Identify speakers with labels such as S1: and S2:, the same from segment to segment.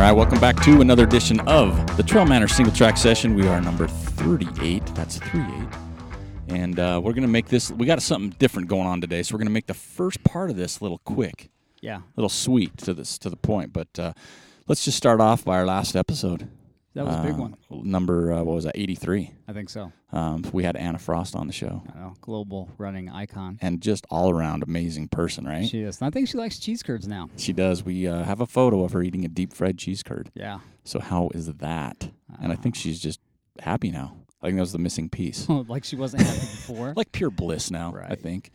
S1: Hi, welcome back to another edition of the Trail Manor Single Track Session. We are number 38. That's 38. And uh, we're going to make this, we got something different going on today. So we're going to make the first part of this a little quick,
S2: Yeah.
S1: a little sweet to this to the point. But uh, let's just start off by our last episode.
S2: That was a big
S1: Uh,
S2: one.
S1: Number, uh, what was that, 83.
S2: I think so.
S1: Um, we had Anna Frost on the show
S2: I know. Global running icon.
S1: and just all around amazing person, right? She,
S2: She is. And I think she likes cheese curds now.
S1: does. We uh, have a photo of her eating a deep fried cheese curd.
S2: Yeah.
S1: So how is that? And I think
S2: Ah.
S1: she's just happy now. I think that was the missing piece.
S2: like she wasn't happy before.
S1: like pure bliss now, I
S2: Right.
S1: think.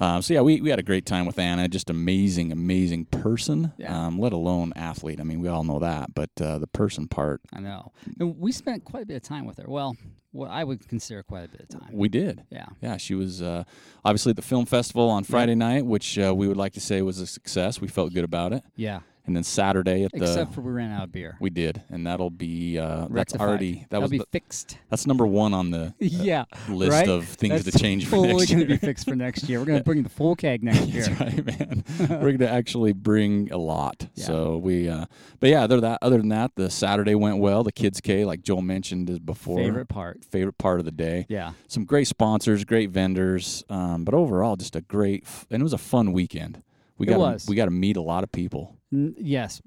S1: Um, so yeah, we, we had a great time with Anna. Just amazing, amazing person.
S2: Yeah.
S1: Um, let alone athlete. I mean, we all know that, but uh, the person part
S2: I know. And we spent quite a bit of time with her. Well, what I would consider quite a bit of time.
S1: we did.
S2: Yeah.
S1: Yeah, she was uh, obviously at the film festival on Friday night, which uh, we would like to say was a success. We felt good about it.
S2: Yeah.
S1: And then Saturday at the
S2: Except for we ran out of beer.
S1: we did, and that'll be uh, that's
S2: Rectified.
S1: already that
S2: That'll
S1: was
S2: be
S1: the-
S2: fixed.
S1: that's number one on the
S2: yeah.
S1: list
S2: right?
S1: of things
S2: That's
S1: to change for
S2: fully
S1: next
S2: gonna
S1: year.
S2: be fixed for next year. We're going to bring the full keg next year.
S1: That's right, man. We're gonna actually bring a lot.
S2: Yeah.
S1: So we, uh, but yeah, other than that, other than that, the Saturday went well. The kids K, like Joel mentioned is before,
S2: Favorite part.
S1: favorite part of the day.
S2: Yeah.
S1: Some great sponsors, great vendors, um, but overall, just a great f- and it was a fun weekend. We
S2: It
S1: got
S2: was.
S1: we got to meet a lot of people.
S2: N- yes.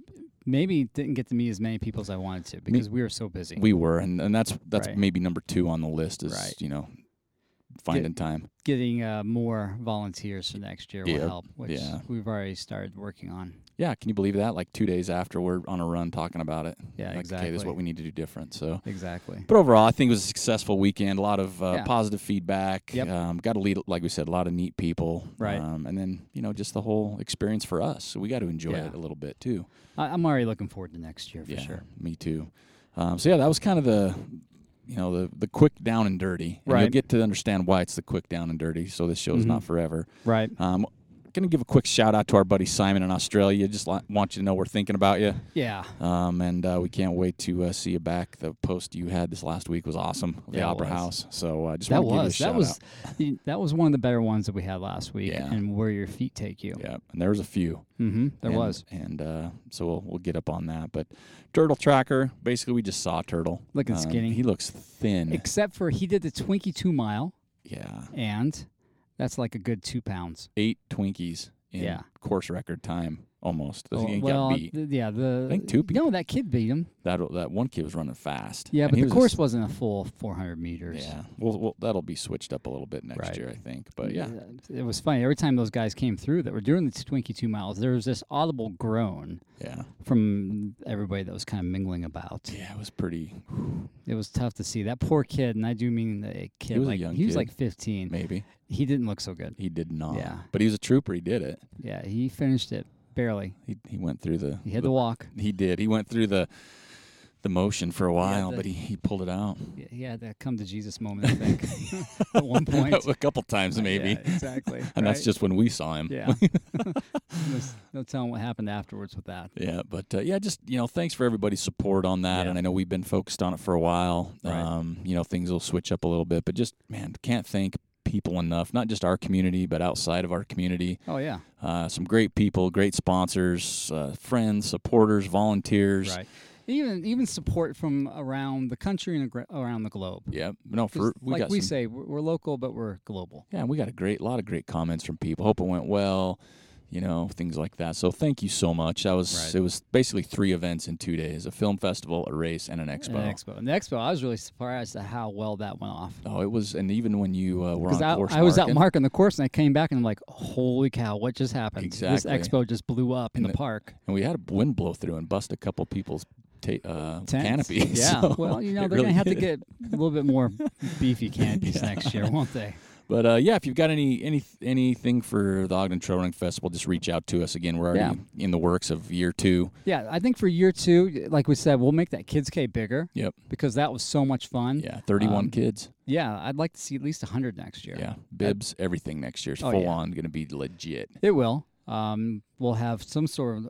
S2: Maybe didn't get to meet as many people as I wanted to because we were so busy.
S1: We were, and, and that's that's
S2: Right.
S1: maybe number two on the list is
S2: Right.
S1: you know finding time.
S2: getting uh, more volunteers for next year
S1: Yeah,
S2: will help, which
S1: yeah.
S2: we've already started working on.
S1: Yeah, can you believe that? Like two days after we're on a run talking about it. like,
S2: Yeah,
S1: Okay, this is
S2: exactly.
S1: what we need to do different. So
S2: Exactly.
S1: But overall, I think it was a successful weekend. A lot of uh,
S2: Yeah.
S1: positive feedback.
S2: Yep.
S1: Um, got to lead, like we said, a lot of neat people.
S2: Right.
S1: Um, and then you know just the whole experience for us. So we got to enjoy
S2: Yeah.
S1: it a little bit too.
S2: I- I'm already looking forward to next year for
S1: yeah.
S2: sure.
S1: Me too. Um, so yeah, that was kind of the you know the the quick down and dirty. And You'll
S2: Right. Mm-hmm.
S1: get to understand why it's the quick down and dirty. So this show is not forever.
S2: Right.
S1: Um, gonna give a quick shout out to our buddy Simon in Australia. Just li- want you to know we're thinking about you.
S2: Yeah.
S1: Um, and uh, we can't wait to uh, see you back. The post you had this last week was awesome. of The
S2: Yeah, it
S1: Opera
S2: was.
S1: House. So I uh, just
S2: That
S1: want to give you a
S2: was
S1: shout
S2: that was
S1: out.
S2: y- that was one of the better ones that we had last week.
S1: Yeah.
S2: And where your feet take you.
S1: Yeah, and there was a few.
S2: Mm-hmm. There
S1: And-
S2: was
S1: and uh, so we'll we'll get up on that. But Turtle Tracker, basically, we just saw Turtle
S2: Looking
S1: Um,
S2: skinny.
S1: He looks thin.
S2: except for he did the Twinkie two mile,
S1: yeah,
S2: and that's like a good two pounds.
S1: eight Twinkies in
S2: Yeah.
S1: course record time almost. I
S2: Oh,
S1: think he
S2: well,
S1: got beat.
S2: th- yeah, the
S1: I think two beat
S2: No, that kid beat him.
S1: That that one kid was running fast.
S2: Yeah,
S1: And
S2: but
S1: he
S2: the
S1: was a
S2: course
S1: s-
S2: wasn't a full 400 meters.
S1: Yeah, well, well, that'll be switched up a little bit next
S2: Right.
S1: year, I think. But yeah,
S2: It was funny. Every time those guys came through that were doing the Twinkie two miles, there was this audible groan
S1: yeah,
S2: from everybody that was kind of mingling about.
S1: yeah, it was pretty
S2: It was tough to see that poor kid, and I do mean a kid.
S1: was a
S2: like,
S1: young
S2: he was
S1: kid.
S2: like 15.
S1: maybe.
S2: He didn't look so good.
S1: He did not.
S2: Yeah.
S1: But he was a trooper. He did it.
S2: Yeah, he finished it barely.
S1: He he went through the.
S2: He had the walk.
S1: He did. He went through the the motion for a while,
S2: the-
S1: but he, he pulled it out.
S2: Yeah, He had that come to Jesus moment, I think, at one point.
S1: a couple times maybe.
S2: Yeah, exactly.
S1: And that's
S2: right?
S1: just when we saw him.
S2: Yeah. There's no telling what happened afterwards with that.
S1: Yeah, but uh, yeah, just you know, thanks for everybody's support on that,
S2: Yeah.
S1: and I know we've been focused on it for a while.
S2: Right.
S1: Um, you know, things will switch up a little bit, but just man, can't thank people enough. Not just our community, but outside of our community,
S2: Oh, yeah.
S1: uh, some great people, great sponsors, uh, friends, supporters, volunteers.
S2: Right. Even even support from around the country and agr- around the globe.
S1: Yeah, no,
S2: 'Cause
S1: for we
S2: like
S1: got
S2: we
S1: some,
S2: say, we're, we're local, but we're global.
S1: Yeah, and we got a great lot of great comments from people. Hope it went well, you know, things like that. So thank you so much. That was
S2: Right.
S1: it was basically three events in two days: a film festival, a race, and an expo.
S2: And an expo. And the expo, I was really surprised at how well that went off.
S1: Oh, it was, and even when you uh, were on
S2: Because I,
S1: course,
S2: I was out
S1: marking,
S2: marking the course and I came back and I'm like, holy cow, what just happened? This
S1: Exactly.
S2: expo just blew up
S1: And
S2: in the,
S1: the-
S2: park.
S1: and we had a wind blow through and bust a couple people's ta- uh,
S2: Tents.
S1: canopies.
S2: Yeah.
S1: So
S2: well, you know,
S1: it
S2: they're
S1: really
S2: going to have
S1: did.
S2: to get a little bit more beefy canopies next year, won't they?
S1: But uh, yeah, if you've got any any anything for the Ogden Trail Running Festival, just reach out to us. Again, we're already in the works of year two.
S2: Yeah. I think for year two, like we said, we'll make that Kids K bigger
S1: Yep.
S2: because that was so much fun.
S1: Yeah, thirty-one
S2: Um,
S1: kids.
S2: Yeah, I'd like to see at least 100 next year.
S1: Yeah, bibs, everything next year's
S2: Oh,
S1: full
S2: yeah.
S1: on going to be legit.
S2: It will. Um, we'll have some sort of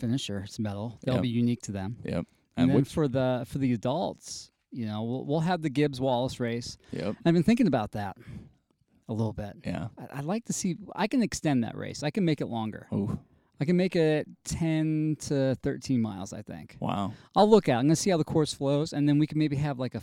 S2: finisher. It's metal. That'll
S1: Yep.
S2: be unique to them.
S1: Yep.
S2: And,
S1: And
S2: then
S1: which,
S2: for the for the adults, you know, we'll, we'll have the Gibbs Wallace race.
S1: yep.
S2: I've been thinking about that a little bit.
S1: Yeah.
S2: I- I'd like to see. I can extend that race. I can make it longer.
S1: Oh,
S2: I can make it 10 to 13 miles, I think.
S1: Wow.
S2: I'll look out. I'm going to see how the course flows, and then we can maybe have like a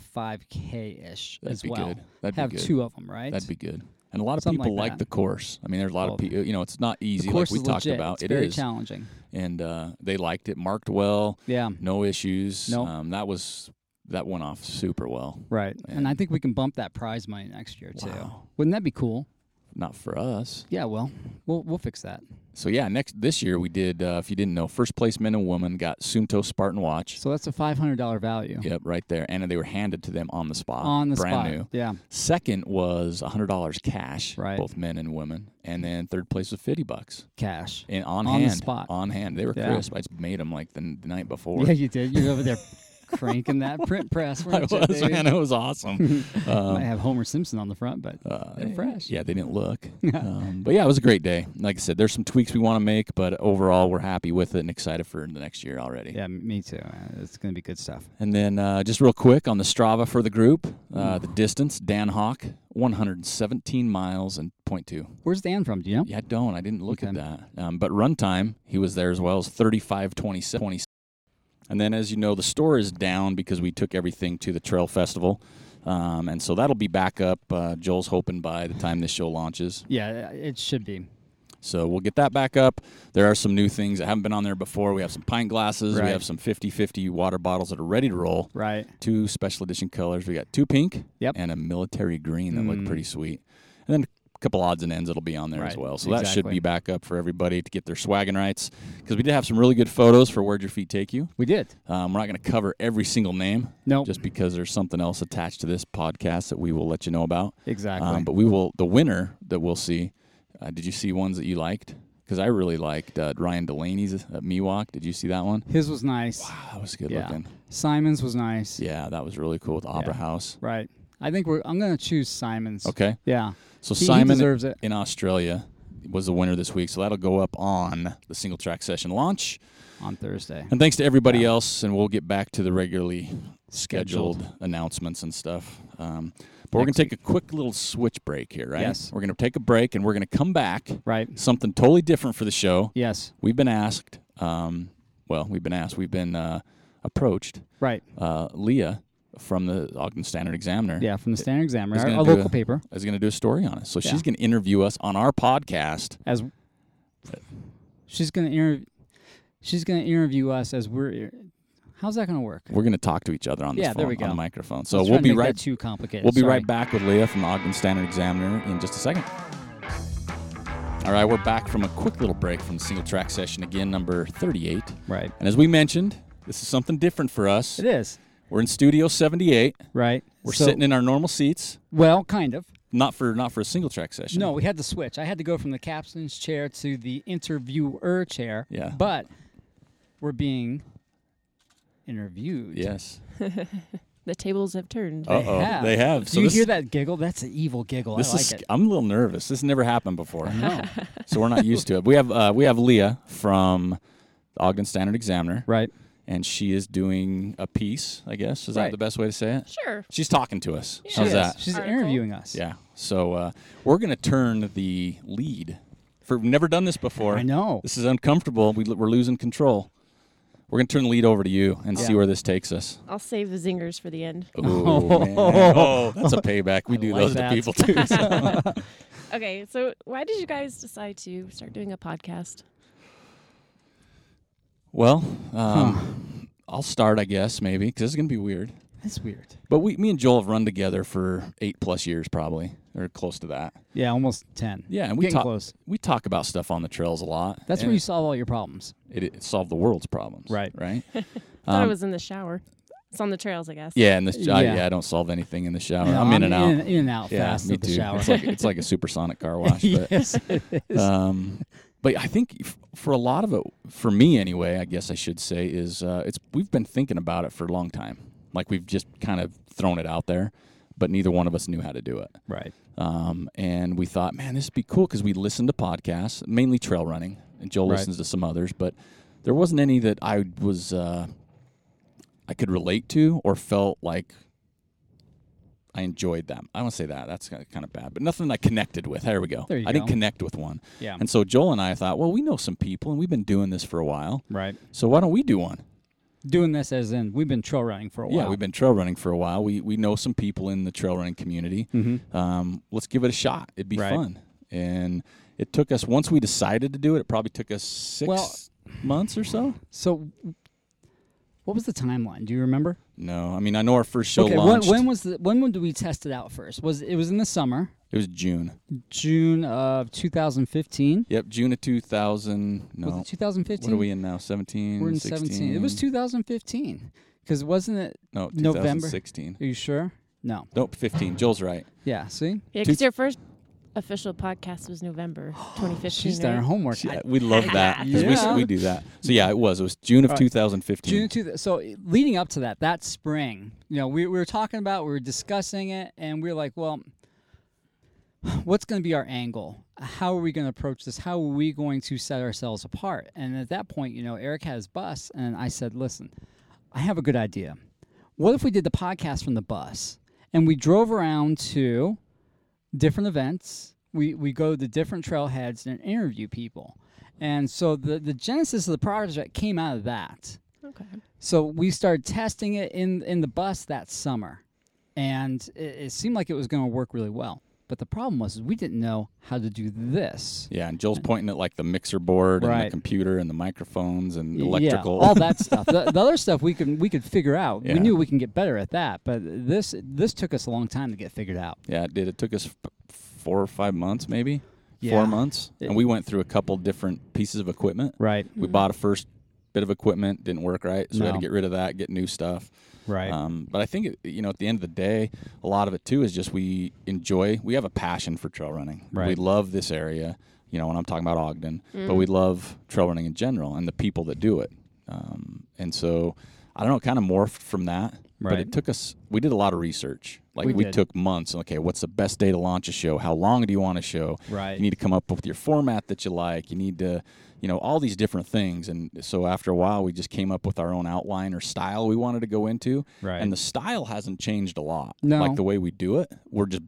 S2: 5K ish
S1: That'd
S2: as
S1: be
S2: well.
S1: good. That'd be
S2: have
S1: good.
S2: two of them, right?
S1: That'd be good. And a lot of
S2: Something
S1: people
S2: like
S1: like the
S2: that.
S1: course. I mean, there's a lot
S2: Oh.
S1: of people. You know, it's not
S2: the
S1: easy like
S2: course
S1: we
S2: is
S1: talked
S2: legit.
S1: about.
S2: It's
S1: It
S2: very
S1: is.
S2: challenging.
S1: and uh, they liked it. Marked well,
S2: Yeah.
S1: no issues.
S2: Nope.
S1: Um, that was that went off super well.
S2: Right. And
S1: Yeah.
S2: I think we can bump that prize money next year too.
S1: Wow.
S2: Wouldn't that be cool?
S1: Not for us.
S2: Yeah, well, we'll we'll fix that.
S1: So yeah, next this year we did. Uh, if you didn't know, first place men and women got Sunto Spartan watch.
S2: So that's a $500 value
S1: Yep, right there, and they were handed to them on the spot,
S2: on the
S1: brand
S2: spot.
S1: new.
S2: Yeah.
S1: Second was hundred dollars cash,
S2: Right.
S1: both men and women, and then third place was fifty bucks
S2: Cash.
S1: and on,
S2: On the
S1: hand,
S2: spot.
S1: on hand. They were
S2: Yeah.
S1: crisp. I just made them like the, the night before.
S2: Yeah, you did. You're over there cranking that print press.
S1: I
S2: weren't you,
S1: was,
S2: baby?
S1: man, it was awesome. um,
S2: Might have Homer Simpson on the front, but
S1: Uh,
S2: They're fresh.
S1: Yeah, they didn't look. um, but yeah, it was a great day. Like I said, there's some tweaks we want to make, but overall, we're happy with it and excited for the next year already.
S2: yeah, me too. Uh, It's gonna be good stuff.
S1: And then uh, just real quick on the Strava for the group, uh, the distance, Dan Hawk, 117 miles and point two.
S2: Where's Dan from? Do you know?
S1: Yeah, I don't. I didn't look at
S2: Okay.
S1: that. Um, but run time, he was there as well, is 35 27. And then, as you know, the store is down because we took everything to the Trail Festival. Um, and so that'll be back up. Uh, Joel's hoping by the time this show launches.
S2: Yeah, uh, it should be.
S1: So we'll get that back up. There are some new things that haven't been on there before. We have some pint glasses.
S2: Right.
S1: We have some 50 50 water bottles that are ready to roll.
S2: Right.
S1: Two special edition colors. We got two pink
S2: Yep.
S1: and a military green that look
S2: Mm.
S1: pretty sweet. And then a couple odds and ends that'll be on there as
S2: Right.
S1: well. So that should
S2: Exactly.
S1: be back up for everybody to get their swagging rights. Because we did have some really good photos for Where'd Your Feet Take You.
S2: We did.
S1: Um, we're not going to cover every single name
S2: Nope.
S1: just because there's something else attached to this podcast that we will let you know about.
S2: exactly.
S1: Um, but we will the winner that we'll see. Uh, did you see ones that you liked? Because I really liked uh, Ryan Delaney's at Miwok. Did you see that one?
S2: His was nice.
S1: Wow, that was good
S2: Yeah.
S1: looking.
S2: Simon's was nice.
S1: Yeah, that was really cool with Opera
S2: Yeah.
S1: House.
S2: Right. I think we're. I'm gonna choose Simon's.
S1: Okay,
S2: Yeah.
S1: so
S2: He- he
S1: Simon
S2: deserves it.
S1: in Australia was the winner this week, so that'll go up on the single track session launch.
S2: on Thursday.
S1: And thanks to everybody
S2: Yeah.
S1: else, and we'll get back to the regularly
S2: Scheduled.
S1: scheduled, announcements and stuff. Um, but we're going
S2: Next
S1: to take a quick little switch break here, right?
S2: Yes.
S1: We're going to take a break, and we're going to come back.
S2: Right.
S1: Something totally different for the show.
S2: Yes.
S1: we've been asked um, well we've been asked we've been uh, approached
S2: Right.
S1: uh, leah from the ogden standard examiner
S2: Yeah. From the Standard Examiner,
S1: He's
S2: our,
S1: gonna
S2: our
S1: do
S2: local
S1: a-
S2: paper,
S1: is going to do a story on us so
S2: Yeah.
S1: she's going to interview us on our podcast
S2: as she's gonna interview. She's gonna interview us as we're. ir- How's that gonna work?
S1: we're going to talk to each other on this
S2: Yeah,
S1: phone
S2: there we
S1: on the
S2: go.
S1: microphone so
S2: Let's try
S1: we'll
S2: to
S1: be
S2: make that
S1: right
S2: Too complicated.
S1: we'll be
S2: Sorry.
S1: right back with leah from the ogden standard examiner in just a second all right we're back from a quick little break from the single track session again number 38
S2: Right.
S1: and as we mentioned this is something different for us
S2: It is.
S1: we're in studio 78
S2: Right.
S1: we're
S2: So-
S1: sitting in our normal seats
S2: Well, kind of.
S1: Not for not for a single track session.
S2: No, we had to switch. I had to go from the captain's chair to the interviewer chair.
S1: Yeah.
S2: But we're being interviewed.
S1: Yes.
S3: The tables have turned.
S1: Uh oh.
S2: have.
S1: They have.
S2: Do you hear that giggle? That's an evil giggle.
S1: This
S2: I like
S1: is.
S2: it. Uh-huh.
S1: I'm a little nervous. This never happened before,
S2: No.
S1: so we're not used to it. We have uh, we have Leah from the Ogden Standard Examiner,
S2: right.
S1: and she is doing a piece. I guess is that
S2: Right.
S1: the best way to say it?
S3: Sure.
S1: She's talking to us.
S3: Yeah.
S1: How's
S2: She is.
S1: that?
S2: She's
S3: Article.
S2: interviewing us.
S1: yeah. So uh, we're gonna turn the lead. For we've never done this before.
S2: I know.
S1: This is uncomfortable. We, we're losing control. We're gonna turn the lead over to you and see
S2: Yeah.
S1: where this takes us.
S3: I'll save the zingers for the end.
S1: Oh, man. oh, that's a payback. We
S2: I
S1: do
S2: like
S1: those
S2: that.
S1: to people too.
S3: Okay, so why did you guys decide to start doing a podcast?
S1: well, um,
S2: Hmm.
S1: I'll start, I guess, maybe because it's gonna be weird.
S2: That's weird.
S1: But we, me and Joel have run together for eight plus years, probably or close to that.
S2: Yeah, almost 10.
S1: Yeah, and we
S2: Getting
S1: talk.
S2: close.
S1: We talk about stuff on the trails a lot.
S2: That's
S1: and
S2: where you solve all your problems.
S1: it, it solved the world's problems.
S2: Right.
S1: Right.
S3: Thought
S1: Um,
S3: it was in the shower. It's on the trails, I guess.
S1: yeah, and this I,
S2: Yeah.
S1: yeah, I don't solve anything in the shower.
S2: No,
S1: Uh, I'm, in and out.
S2: In, in and out
S1: yeah,
S2: fast
S1: me
S2: at the
S1: too.
S2: shower.
S1: It's like it's like a supersonic car wash. But
S2: yes, it is.
S1: um, but I think f- for a lot of it, for me anyway, I guess I should say is uh, it's we've been thinking about it for a long time. Like we've just kind of thrown it out there, but neither one of us knew how to do it.
S2: right.
S1: Um, and we thought, man, this would be cool because we listened to podcasts, mainly trail running, and Joel
S2: Right.
S1: listens to some others, but there wasn't any that I was uh, I could relate to or felt like I enjoyed them. I want to say that. That's kind of bad, but nothing I connected with. There we go.
S2: There you
S1: I didn't
S2: go.
S1: connect with one.
S2: Yeah.
S1: And so Joel and I thought, well, we know some people and we've been doing this for a while.
S2: Right.
S1: So why don't we do one?
S2: Doing this as in we've been trail running for a while.
S1: Yeah, we've been trail running for a while. We we know some people in the trail running community. Um, let's give it a shot. It'd be
S2: Mm-hmm. Right.
S1: fun. And it took us once we decided to do it. It probably took us six
S2: Well-
S1: months or so.
S2: So, what was the timeline? Do you remember?
S1: No, I mean I know our first show
S2: okay. When,
S1: launched.
S2: when was the when did we test it out first? Was it was in the summer,
S1: it was June.
S2: June of 2015?
S1: Yep, June of 2000. No,
S2: Was it 2015?
S1: what are we in now? 17.
S2: We're in 17. It was 2015. Because wasn't it?
S1: No,
S2: November.
S1: 2016.
S2: Are you sure? No.
S1: Nope, 15. Joel's right.
S2: Yeah. See,
S3: Yeah, because your first official podcast was November 2015.
S2: she's done her
S3: right?
S2: homework.
S1: Yeah, we love that 'cause we s-
S2: Yeah.
S1: we, do that. So yeah, it was. It was June of
S2: Alright.
S1: 2015.
S2: June two. So leading up to that, that spring, you know, we, we were talking about, we were discussing it, and we were like, well, what's going to be our angle? How are we going to approach this? How are we going to set ourselves apart? And at that point, you know, Eric had his bus, and I said, listen, I have a good idea. What if we did the podcast from the bus and we drove around to different events. We we go to different trailheads and interview people. And so the, the genesis of the project came out of that.
S3: Okay.
S2: So we started testing it in in the bus that summer, and it, it seemed like it was going to work really well. But the problem was we didn't know how to do this.
S1: Yeah, and Joel's pointing at like the mixer board and the
S2: Right.
S1: computer and the microphones and the
S2: Y-
S1: electrical.
S2: yeah, all that stuff. The, the other stuff we could we could figure out.
S1: Yeah.
S2: We knew we can get better at that, but this this took us a long time to get figured out.
S1: Yeah, it did. It took us f- four or five months, maybe
S2: Yeah.
S1: four months, and we went through a couple different pieces of equipment.
S2: Right,
S1: We bought a first bit of equipment, didn't work right, so we had to
S2: No.
S1: get rid of that, get new stuff.
S2: right,
S1: Um, but I think it, you know, at the end of the day, a lot of it too is just we enjoy. We have a passion for trail running.
S2: Right.
S1: We love this area. You know, when I'm talking about Ogden, but we love trail running in general and the people that do it. Um, and so, I don't know, it kind of morphed from that. But it
S2: Right.
S1: took us. We did a lot of research. Like we,
S2: We did.
S1: took months. Okay, what's the best day to launch a show? How long do you want a show?
S2: Right.
S1: You need to come up with your format that you like. You need to, you know, all these different things. And so after a while, we just came up with our own outline or style we wanted to go into.
S2: Right.
S1: And the style hasn't changed a lot.
S2: No.
S1: Like the way we do it, we're just,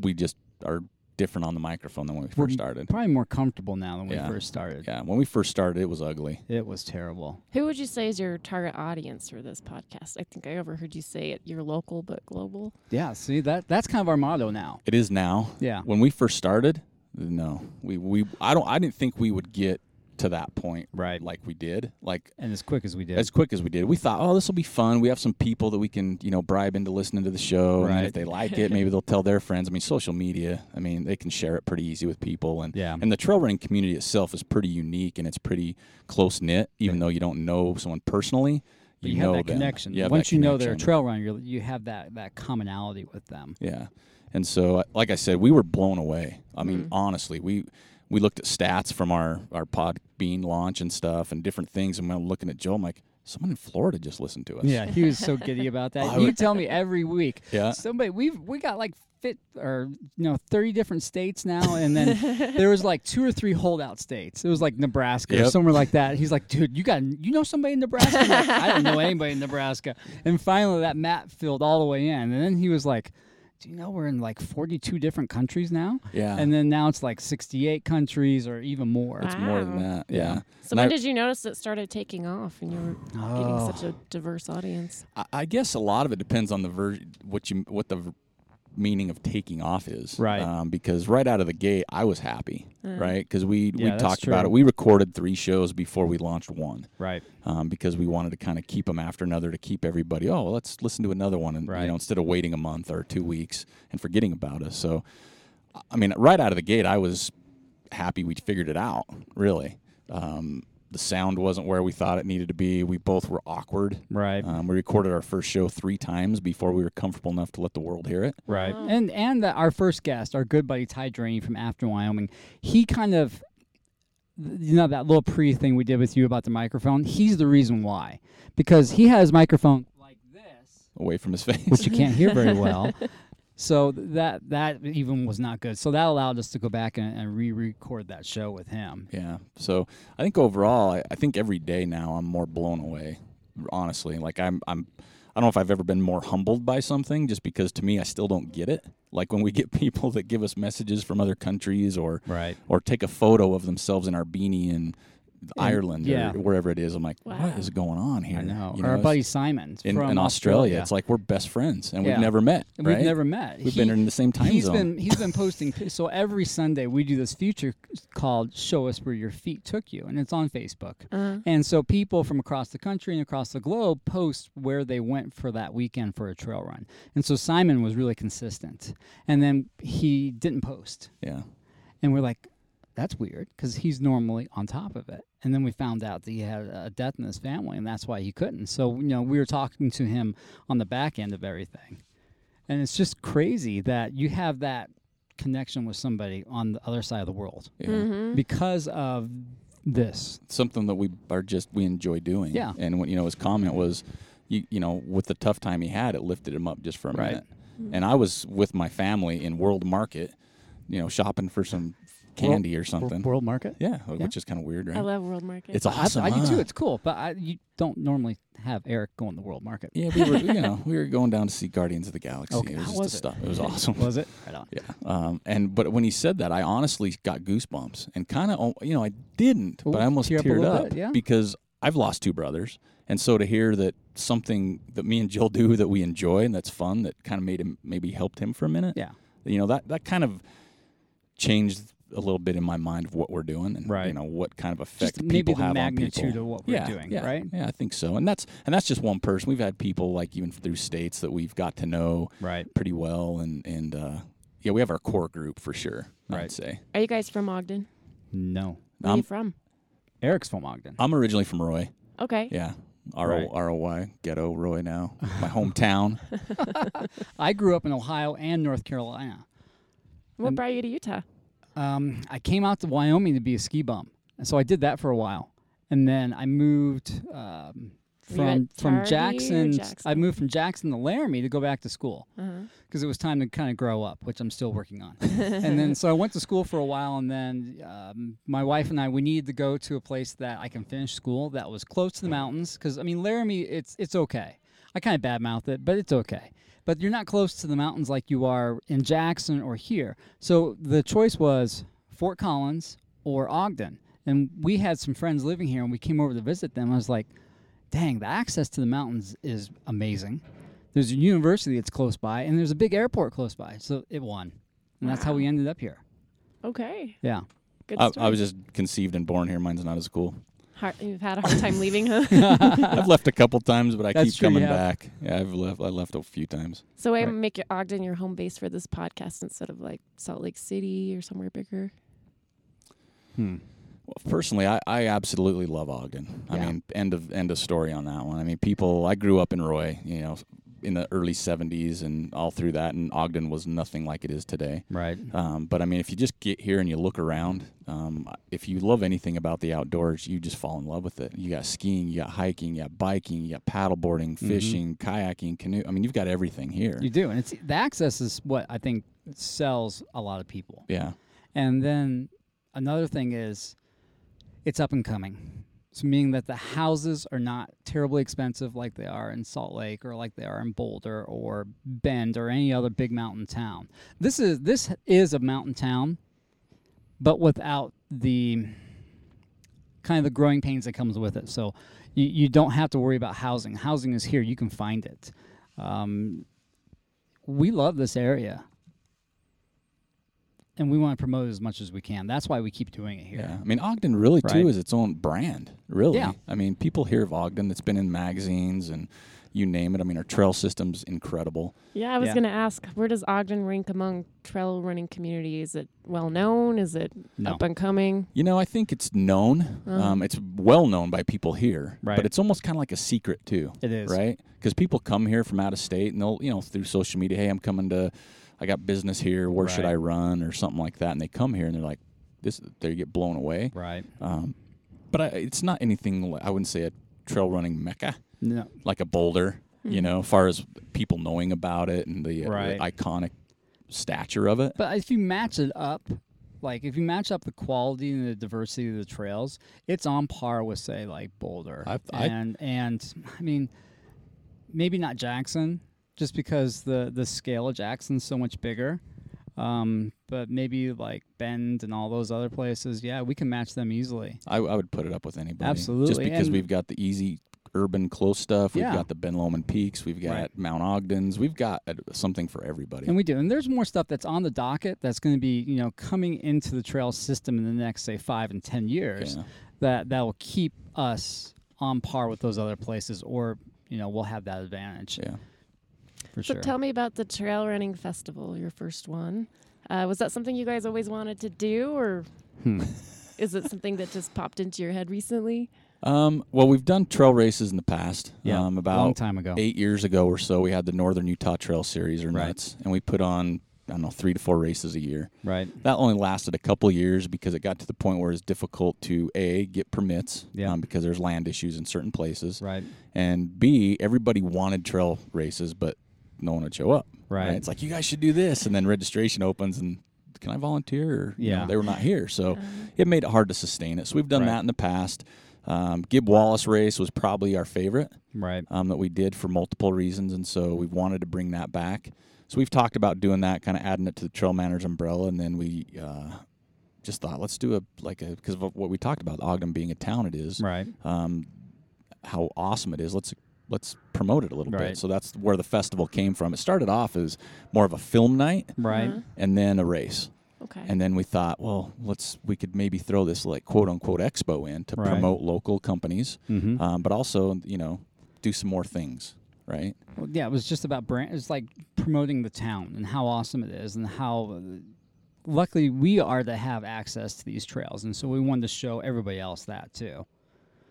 S1: we just are different on the microphone than when we 1st
S2: We're
S1: started.
S2: probably more comfortable now than
S1: Yeah.
S2: we first started.
S1: Yeah. When we first started, it was ugly.
S2: It was terrible.
S3: Who would you say is your target audience for this podcast? I think I overheard you say it. You're local but global.
S2: Yeah, see that that's kind of our motto now.
S1: It is now.
S2: Yeah.
S1: When we first started, no, we, we, I don't, I didn't think we would get to that point.
S2: Right.
S1: Like we did. Like,
S2: And as quick as we did.
S1: as quick as we did. We thought, oh, this will be fun. We have some people that we can, you know, bribe into listening to the show. And then if
S2: Right.
S1: they like it, maybe they'll tell their friends. I mean, social media. I mean, they can share it pretty easy with people. And
S2: Yeah.
S1: and the trail running community itself is pretty unique and it's pretty close knit. Even though you don't know someone personally,
S2: But
S1: you,
S2: you,
S1: know
S2: have that
S1: them.
S2: connection.
S1: have
S2: Once
S1: that
S2: you know they're a
S1: connection.
S2: trail runner, you're, you have that that commonality with them.
S1: Yeah. And so, uh, like I said, we were blown away. I mean,
S2: Mm-hmm.
S1: honestly, we we looked at stats from our our pod bean launch and stuff and different things. And I'm looking at Joe, I'm like, someone in Florida just listened to us.
S2: Yeah, he was so giddy about
S1: I
S2: that.
S1: would-
S2: You tell me every week.
S1: Yeah.
S2: Somebody we've we got like fit or you know thirty different states now, and then there was like two or three holdout states. It was like Nebraska
S1: Yep.
S2: or somewhere like that. He's like, dude, you got you know somebody in Nebraska? I'm like, I don't know anybody in Nebraska. And finally, that map filled all the way in, and then he was like. Do you know we're in like 42 different countries now?
S1: Yeah.
S2: And then now it's like 68 countries or even more.
S3: Wow.
S1: more than that. Yeah.
S3: Oh. So
S1: And
S3: when
S1: I- Oh.
S3: did you notice it started taking off and you were getting such a diverse audience?
S1: I, I guess a lot of it depends on the ver- what you what the v- meaning of taking off is,
S2: Right.
S1: Um, because right out of the gate, I was happy, Right?
S3: Mm.
S1: 'Cause right? Because we
S2: Yeah,
S1: we
S2: that's
S1: talked about
S2: true.
S1: it. We recorded three shows before we launched one,
S2: Right.
S1: um, because we wanted to kind of keep them after another to keep everybody. Oh, well, let's listen to another one, and you
S2: Right.
S1: know, instead of waiting a month or two weeks and forgetting about us. So, I- I mean, right out of the gate, I was happy we figured it out. Really, um, the sound wasn't where we thought it needed to be. We both were awkward.
S2: Right.
S1: Um, we recorded our first show three times before we were comfortable enough to let the world hear it.
S2: Right. uh. And and the, our first guest, our good buddy Ty Draney from After Wyoming, he kind of you know that little pre thing we did with you about the microphone. He's the reason why because he had his microphone like this,
S1: Away from his face.
S2: which you can't hear very well. So that that even was not good. So that allowed us to go back and, and re-record that show with him.
S1: yeah. So I think overall, I, I think every day now I'm more blown away. Honestly, like I'm, I'm, I don't know if I've ever been more humbled by something just because to me I still don't get it. Like when we get people that give us messages from other countries or
S2: Right.
S1: or take a photo of themselves in our beanie in Ireland
S2: yeah.
S1: or wherever it is. I'm like,
S3: Wow.
S1: what is going on here?
S2: I know.
S1: You
S2: Our
S1: it's-
S2: buddy Simon
S1: in,
S2: from
S1: in Australia, it's like we're best friends and
S2: Yeah.
S1: we've never met.
S2: And
S1: right?
S2: We've never met.
S1: We've been in the same time
S2: he's
S1: zone.
S2: been he's been posting pi- so every Sunday we do this feature called "Show Us Where Your Feet Took You" and it's on Facebook.
S3: Uh,
S2: And so people from across the country and across the globe post where they went for that weekend for a trail run. And so Simon was really consistent, and then he didn't post,
S1: yeah.
S2: and we're like, "That's weird," because he's normally on top of it. And then we found out that he had a death in his family, and that's why he couldn't. So you know, we were talking to him on the back end of everything, and it's just crazy that you have that connection with somebody on the other side of the world
S1: yeah.
S3: mhm.
S2: because of this.
S1: something that we are just we enjoy doing.
S2: Yeah.
S1: And when you know his comment was, you you know with the tough time he had, it lifted him up just for a
S2: Right.
S1: minute. And I was with my family in World Market, you know, shopping for some candy or something.
S2: World market.
S1: yeah, which is kind of weird,
S3: I
S1: right?
S3: love World Market.
S1: It's
S2: I-
S1: awesome.
S2: I, do
S1: huh?
S2: too. It's cool, but I, you don't normally have Eric go in the world market.
S1: yeah, we were you know we were going down to see Guardians of the Galaxy.
S2: Okay,
S1: It was
S2: how
S1: just
S2: was
S1: a
S2: it?
S1: stuff. It was awesome.
S2: Was it? Right on.
S1: Yeah. Um, and but when he said that, I honestly got goosebumps and kind of you know I didn't,
S2: Ooh,
S1: but I almost
S2: tear up a
S1: teared
S2: little
S1: up
S2: bit, yeah.
S1: because I've lost two brothers, and so to hear that something that me and Jill do that we enjoy and that's fun that kind of made him maybe helped him for a minute.
S2: Yeah.
S1: You know that that kind of changed a little bit in my mind of what we're doing and you
S2: Right.
S1: know what kind of effect
S2: Just maybe
S1: people
S2: the
S1: have on people
S2: magnitude of what we're
S1: yeah,
S2: doing,
S1: yeah,
S2: right?
S1: Yeah, I think so. And that's and that's just one person. We've had people like even through states that we've got to know
S2: Right.
S1: pretty well and and uh yeah, we have our core group for sure, I'd
S2: Right.
S1: say.
S3: Are you guys from Ogden?
S2: No.
S3: Where are you
S1: I'm,
S3: from?
S2: Eric's from Ogden.
S1: I'm originally from Roy.
S3: Okay.
S1: Yeah. R O
S2: Right.
S1: R O Y, ghetto Roy now. My hometown.
S2: I grew up in Ohio and North Carolina.
S3: What brought you to Utah?
S2: Um, I came out to Wyoming to be a ski bum, and so I did that for a while, and then I moved um,
S3: Were you
S2: from
S3: at
S2: from
S3: Tardy or
S2: Jackson. I
S3: Jackson?
S2: moved from Jackson to Laramie to go back to school.
S3: Uh-huh.
S2: because it was time to kind of grow up, which I'm still working on. and then so I went to school for a while, and then um, my wife and I we needed to go to a place that I can finish school that was close to the mountains because I mean Laramie, it's it's okay. I kind of badmouth it, but it's okay. But you're not close to the mountains like you are in Jackson or here. So the choice was Fort Collins or Ogden. And we had some friends living here, and we came over to visit them. I was like, dang, the access to the mountains is amazing. There's a university that's close by, and there's a big airport close by. So it won. And that's how we ended up here.
S3: Okay.
S2: Yeah.
S3: Good
S1: I,
S3: story.
S1: I was just conceived and born here. Mine's not as cool.
S3: Hard, you've had a hard time leaving, huh?
S1: I've left a couple times, but I
S2: That's
S1: keep
S2: true, you
S1: coming
S2: have.
S1: back. Yeah, I've left I left a few times.
S3: So I
S2: Right.
S3: make your Ogden your home base for this podcast instead of like Salt Lake City or somewhere bigger.
S2: Hmm.
S1: Well, personally, I, I absolutely love Ogden. I
S2: Yeah.
S1: mean, end of end of story on that one. I mean, people. I grew up in Roy, you know, in the early '70s and all through that, and Ogden was nothing like it is today.
S2: Right.
S1: Um, but I mean, if you just get here and you look around, um, if you love anything about the outdoors, you just fall in love with it. You got skiing, you got hiking, you got biking, you got paddleboarding, fishing, kayaking, canoe. I mean, you've got everything here.
S2: Mm-hmm. You do. And it's the access is what I think sells a lot of people.
S1: yeah,
S2: And then another thing is it's up and coming. So meaning that the houses are not terribly expensive like they are in Salt Lake or like they are in Boulder or Bend or any other big mountain town. This is this is a mountain town, but without the kind of the growing pains that comes with it. So you, you don't have to worry about housing. Housing is here. You can find it. Um, we love this area. And we want to promote it as much as we can. That's why we keep doing it here.
S1: yeah. I mean, Ogden really
S2: Right.
S1: too is its own brand. Really.
S2: Yeah.
S1: I mean, people hear of Ogden. It's been in magazines and you name it. I mean, our trail system's incredible.
S3: Yeah, I was
S2: Yeah.
S3: gonna ask, where does Ogden rank among trail running communities? Is it well known? Is it
S2: No.
S3: up and coming?
S1: You know, I think it's known. Um, it's well known by people here,
S2: Uh-huh. Right.
S1: but it's almost kind of like a secret too.
S2: It is.
S1: right because people come here from out of state and they'll you know through social media, hey, I'm coming to, I got business here. Where should
S2: Right.
S1: I run or something like that? And they come here and they're like, this. They get blown away.
S2: Right.
S1: Um, but I, it's not anything. Like, I wouldn't say a trail running mecca
S2: No.
S1: like a Boulder. You know, far as people knowing about it and the, uh,
S2: Mm-hmm. Right.
S1: the iconic stature of it.
S2: But if you match it up, like if you match up the quality and the diversity of the trails, it's on par with say like Boulder
S1: I- I-
S2: and and I mean maybe not Jackson, just because the the scale of Jackson's so much bigger. Um, but maybe like Bend and all those other places, yeah, we can match them easily.
S1: I, I would put it up with anybody. Just
S2: Absolutely,
S1: because
S2: and-
S1: we've got the easy urban close stuff. We've
S2: Yeah.
S1: got the Ben Lomond Peaks. We've got
S2: Right.
S1: Mount Ogden's. We've got uh, something for everybody.
S2: And we do. And there's more stuff that's on the docket that's going to be, you know, coming into the trail system in the next, say, five and ten years.
S1: Yeah.
S2: That that will keep us on par with those other places, or you know, we'll have that advantage
S1: yeah.
S2: for
S3: So
S2: sure.
S3: tell me about the trail running festival, your first one. Uh, was that something you guys always wanted to do, or
S2: Hmm.
S3: is it something that just popped into your head recently?
S1: Um, well, we've done trail races in the past.
S2: yeah,
S1: Um,
S2: long
S1: about
S2: time ago.
S1: eight years ago or so, we had the Northern Utah Trail Series or
S2: Right.
S1: nuts, and we put on I don't know three to four races a year.
S2: Right.
S1: That only lasted a couple years because it got to the point where it's difficult to a get permits
S2: Yeah.
S1: um, because there's land issues in certain places,
S2: Right.
S1: and b everybody wanted trail races but no one would show up.
S2: Right.
S1: It's like you guys should do this, and then registration opens and. Can I volunteer? Or, you know,
S2: Yeah.
S1: they were not here, so it made it hard to sustain it. So we've done
S2: Right.
S1: that in the past. Um, Gib Wallace race was probably our favorite
S2: Right.
S1: um, that we did for multiple reasons, and so we wanted to bring that back. So we've talked about doing that, kind of adding it to the Trail Manners umbrella, and then we uh, just thought, let's do a like a because of what we talked about Ogden being a town, it is
S2: Right.
S3: Uh-huh.
S1: um, how awesome it is. Let's let's promote it a little
S2: Right.
S1: bit. So that's where the festival came from. It started off as more of a film night,
S2: Right.
S3: Uh-huh.
S1: and then a race.
S3: Okay.
S1: And then we thought, well, let's we could maybe throw this like quote unquote expo in to
S2: Right.
S1: promote local companies,
S2: Mm-hmm.
S1: um, but also you know do some more things, right?
S2: Well, yeah, it was just about brand. It's like promoting the town and how awesome it is, and how uh, luckily we are to have access to these trails, and so we wanted to show everybody else that too.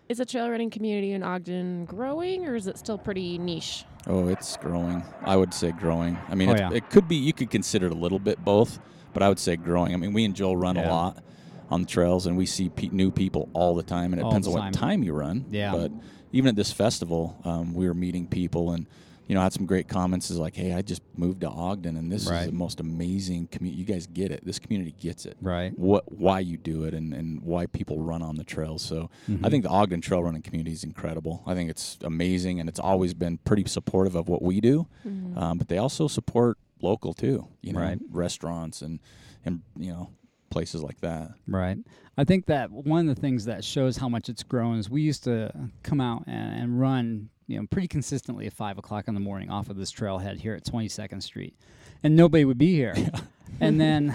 S3: is the trail running community in Ogden growing, or is it still pretty niche?
S1: Oh, it's growing. I would say growing. I mean,
S2: Oh,
S1: it's,
S2: yeah.
S1: it could be you could consider it a little bit both, but I would say growing. I mean, we and Joel run
S2: Yeah.
S1: a lot on the trails, and we see pe- new people all the time, and it
S2: All
S1: depends
S2: the
S1: on
S2: time.
S1: what time you run.
S2: Yeah.
S1: But even at this festival, um, we were meeting people and. You know, I had some great comments. Is like, hey, I just moved to Ogden, and this
S2: Right.
S1: is the most amazing community. You guys get it. This community gets it.
S2: Right.
S1: what why you do it and, and why people run on the trails. So
S2: Mm-hmm.
S1: I think the Ogden trail running community is incredible. I think it's amazing and it's always been pretty supportive of what we do. Um, but they also support local too, you know,
S2: Right.
S1: restaurants and and you know places like that.
S2: Right. I think that one of the things that shows how much it's grown is we used to come out and, and run, you know, pretty consistently at five o'clock in the morning off of this trailhead here at Twenty Second Street, and nobody would be here. and then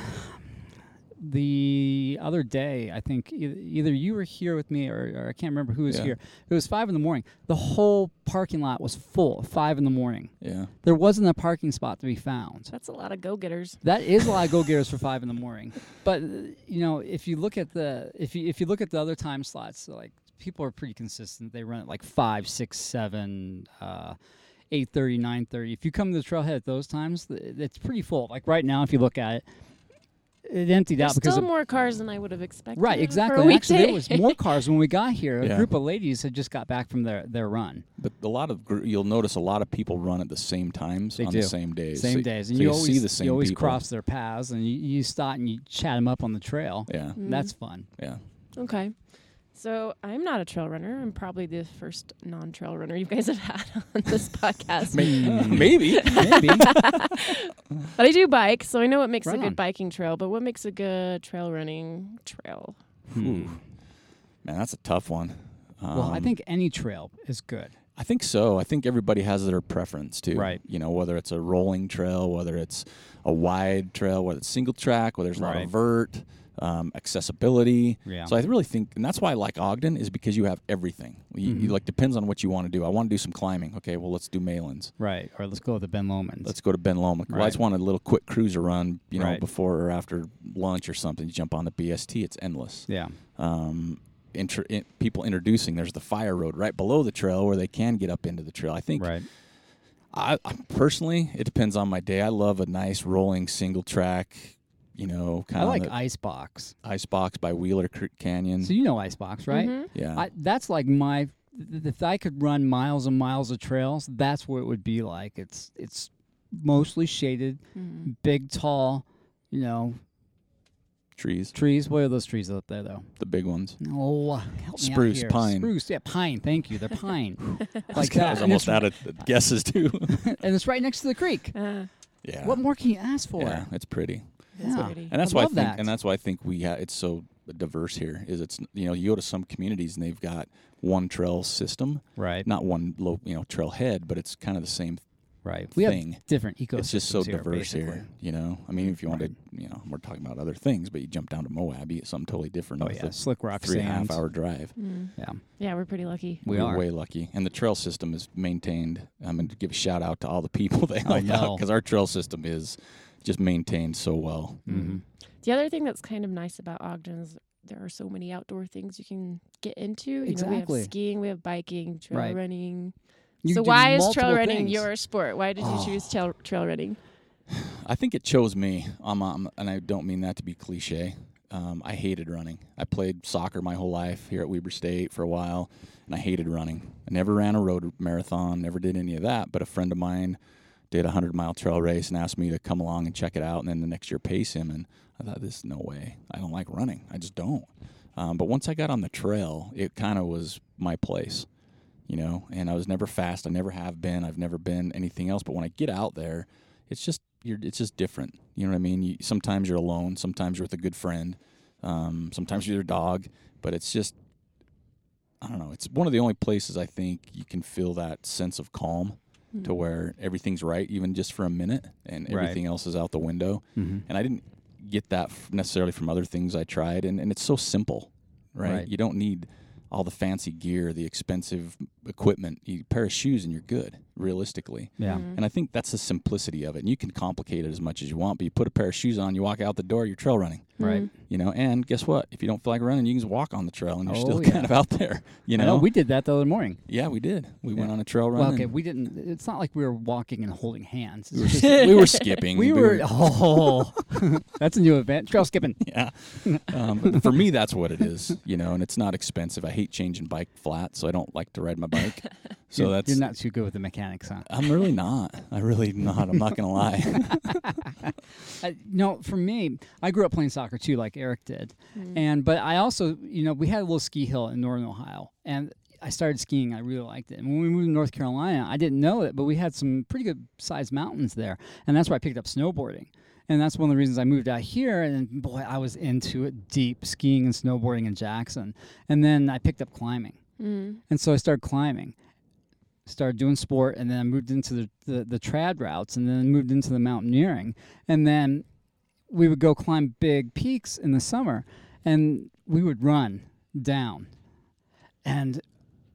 S2: the other day, I think either, either you were here with me or, or I can't remember who was
S1: Yeah.
S2: here. It was five in the morning. The whole parking lot was full. at Five in the morning.
S1: Yeah,
S2: There wasn't a parking spot to be found.
S3: That's a lot of go-getters.
S2: That is a lot of go getters for five in the morning. But uh, you know, if you look at the if you if you look at the other time slots, so, like people are pretty consistent. They run at like five, six, seven, uh, eight thirty, nine thirty. If you come to the trailhead at those times, th- it's pretty full. Like right now, if you look at it, it emptied out because
S3: Still
S2: of
S3: more cars than I would have expected.
S2: right
S3: for a
S2: exactly. And Actually, there
S3: weekday.
S2: was more cars when we got here. A
S1: Yeah.
S2: group of ladies had just got back from their their run.
S1: but a lot of gr- you'll notice a lot of people run at the same times
S2: They
S1: on
S2: do.
S1: the same days.
S2: Same
S1: So-
S2: days,
S1: so
S2: and you, always
S1: see the same
S2: you always
S1: people.
S2: cross their paths, and you, you stop and you chat them up on the trail.
S1: Yeah,
S3: Mm.
S2: That's fun.
S1: yeah.
S3: Okay. So I'm not a trail runner. I'm probably the first non-trail runner you guys have had on this podcast.
S1: Maybe.
S2: Maybe.
S3: But I do bike, so I know what makes
S2: Right
S3: a good
S2: on.
S3: biking trail. But what makes a good trail running trail?
S1: Ooh. Man, that's a tough one.
S2: Well, I
S1: Um,
S2: think any trail is good.
S1: I think so. I think everybody has their preference too.
S2: Right.
S1: You know, whether it's a rolling trail, whether it's a wide trail, whether it's single track, whether there's a lot
S2: Right.
S1: of vert, um, accessibility.
S2: Yeah.
S1: So I really think, and that's why I like Ogden is because you have everything. You,
S2: Mm-hmm.
S1: you like depends on what you want to do. I want to do some climbing. Okay, well let's do Malin's.
S2: Right. Or let's go with the Ben Lomans.
S1: Let's go to Ben Lomond. Well, I
S2: Right.
S1: just want a little quick cruiser run, you know,
S2: Right.
S1: before or after lunch or something. You jump on the BST, it's endless
S2: yeah.
S1: um, intro, in, people introducing. There's the fire road right below the trail where they can get up into the trail. I think
S2: Right.
S1: I, I personally, it depends on my day. I love a nice rolling single track, you know, kind
S2: I
S1: of
S2: like
S1: the
S2: Icebox.
S1: icebox by Wheeler Creek Canyon.
S2: So you know Icebox, right?
S3: Mhm.
S1: yeah,
S2: I, that's like my. th- If I could run miles and miles of trails, that's what it would be like. It's it's mostly shaded,
S3: Mhm.
S2: big, tall, you know,
S1: trees,
S2: Trees. What are those trees up there though?
S1: the big ones.
S2: Oh, help me out
S1: Spruce,
S2: here.
S1: pine.
S2: Spruce. Yeah, pine. Thank you. They're pine. like
S1: I
S2: that.
S1: was
S2: And
S1: almost
S2: it's,
S1: out of guesses too.
S2: and it's right next to the creek.
S3: Uh,
S1: yeah.
S2: What more can you ask for?
S1: yeah, it's pretty.
S3: that's
S2: Yeah.
S3: pretty.
S1: And that's
S2: I
S1: why I
S2: love
S1: think,
S2: that.
S1: and that's why I think we ha- it's so diverse here. Is it's you know you go to some communities and they've got one trail system,
S2: Right.
S1: not one low you know trail head, but it's kind of the same.
S2: Right. We
S1: thing.
S2: have different ecosystems.
S1: It's just so
S2: here,
S1: diverse
S2: basically.
S1: here. You know, I mean, if you wanted, you know, we're talking about other things, but you jump down to Moab, you get something totally different.
S2: Oh
S1: with
S2: yeah,
S1: a
S2: slick rock
S1: three and a
S2: sand.
S1: half hour Mm-hmm. drive.
S3: Mm.
S2: Yeah.
S3: Yeah, we're pretty lucky.
S2: We
S1: We're
S2: are.
S1: way lucky, and the trail system is maintained. I'm going to give a shout out to all the people that
S2: I
S1: help out
S2: know.
S1: because our trail system is just maintained so well.
S2: Mhm.
S3: The other thing that's kind of nice about Ogden is there are so many outdoor things you can get into. You know, we
S2: Exactly.
S3: have skiing, we have biking, trail
S2: Right.
S3: running.
S2: You
S3: so
S2: can do
S3: why is trail
S2: multiple
S3: running
S2: things. Ah.
S3: your sport? Why did you
S1: Oh.
S3: choose trail trail running?
S1: I think it chose me. Um, um, and I don't mean that to be cliche. Um, I hated running. I played soccer my whole life here at Weber State for a while, and I hated running. I never ran a road marathon, never did any of that. But a friend of mine did a hundred mile trail race and asked me to come along and check it out, and then the next year pace him. And I thought, this is no way. I don't like running. I just don't. Um, but once I got on the trail, it kind of was my place, you know. And I was never fast. I never have been. I've never been anything else. But when I get out there, it's just you're it's just different. You know what I mean? You, sometimes you're alone. Sometimes you're with a good friend. Um, sometimes you're with your dog. But it's just I don't know. It's one of the only places I think you can feel that sense of calm to where everything's right, even just for a minute, and
S2: Right.
S1: everything else is out the window
S2: Mhm.
S1: and I didn't get that f- necessarily from other things I tried. And, and it's so simple, right?
S2: Right.
S1: You don't need all the fancy gear, the expensive equipment. You pair of shoes and you're good, realistically.
S2: Yeah.
S3: Mm-hmm.
S1: And I think that's the simplicity of it. And you can complicate it as much as you want, but you put a pair of shoes on, you walk out the door, you're trail running.
S3: Mm-hmm.
S2: Right.
S1: You know, and guess what? If you don't feel like running, you can just walk on the trail and you're
S2: Oh,
S1: still
S2: yeah.
S1: kind of out there. You
S2: I
S1: know?
S2: know we did that the other morning.
S1: yeah, we did. We went on a trail run.
S2: Well, okay,
S1: and
S2: we didn't. It's not like we were walking and holding hands.
S1: we, were, sk- we were skipping.
S2: we were. Oh, that's a new event. Trail skipping.
S1: yeah. Um, but for me, that's what it is, you know, and it's not expensive. I hate changing bike flat, so I don't like to ride my bike. So
S2: you're,
S1: that's.
S2: you're not too good with the mechanics, huh?
S1: I'm really not. I really not. I'm not gonna lie.
S2: Uh, no, for me, I grew up playing soccer too, like Eric did, and but I also, you know, we had a little ski hill in northern Ohio, and I started skiing. I really liked it. And when we moved to North Carolina, I didn't know it, but we had some pretty good sized mountains there, and that's where I picked up snowboarding. And that's one of the reasons I moved out here. And boy, I was into it deep skiing and snowboarding in Jackson. And then I picked up climbing. And so I started climbing, started doing sport, and then I moved into the, the, the trad routes and then moved into the mountaineering. And then we would go climb big peaks in the summer and we would run down. And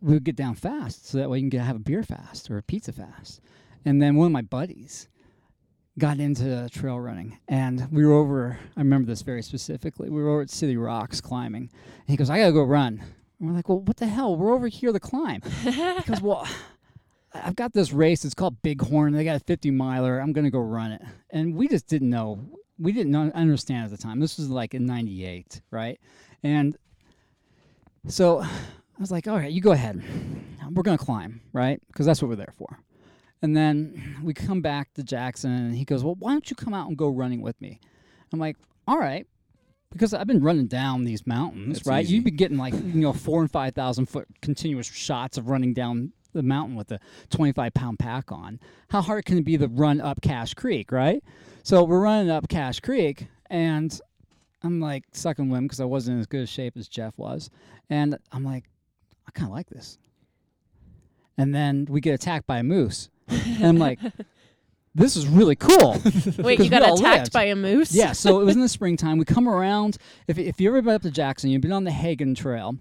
S2: we would get down fast so that way you can get, have a beer fast or a pizza fast. And then one of my buddies got into trail running and we were over I remember this very specifically. We were over at City Rocks climbing. And he goes, I gotta go run. And we're like, Well, what the hell? We're over here to climb. he goes, Well, I- I've got this race, it's called Bighorn, they got a fifty miler, I'm gonna go run it. And we just didn't know we didn't un- understand at the time. This was like in ninety eight, right? And so I was like, all right, you go ahead. We're going to climb, right? Because that's what we're there for. And then we come back to Jackson, and he goes, well, why don't you come out and go running with me? I'm like, all right. Because I've been running down these mountains,
S1: That's
S2: right?
S1: easy.
S2: You'd be getting like, you know, four and 5,000 foot continuous shots of running down the mountain with a 25 pound pack on. How hard can it be to run up Cache Creek, right? So we're running up Cache Creek, and I'm like sucking wind because I wasn't in as good a shape as Jeff was. And I'm like, I kind of like this. And then we get attacked by a moose. And I'm like, this is really cool.
S3: Mm-hmm. Wait,
S2: 'Cause
S3: you
S2: we
S3: got
S2: all
S3: attacked
S2: lived.
S3: by a moose?
S2: yeah, so it was in the springtime. We come around. If, if you've ever been up to Jackson, you've been on the Hagen Trail.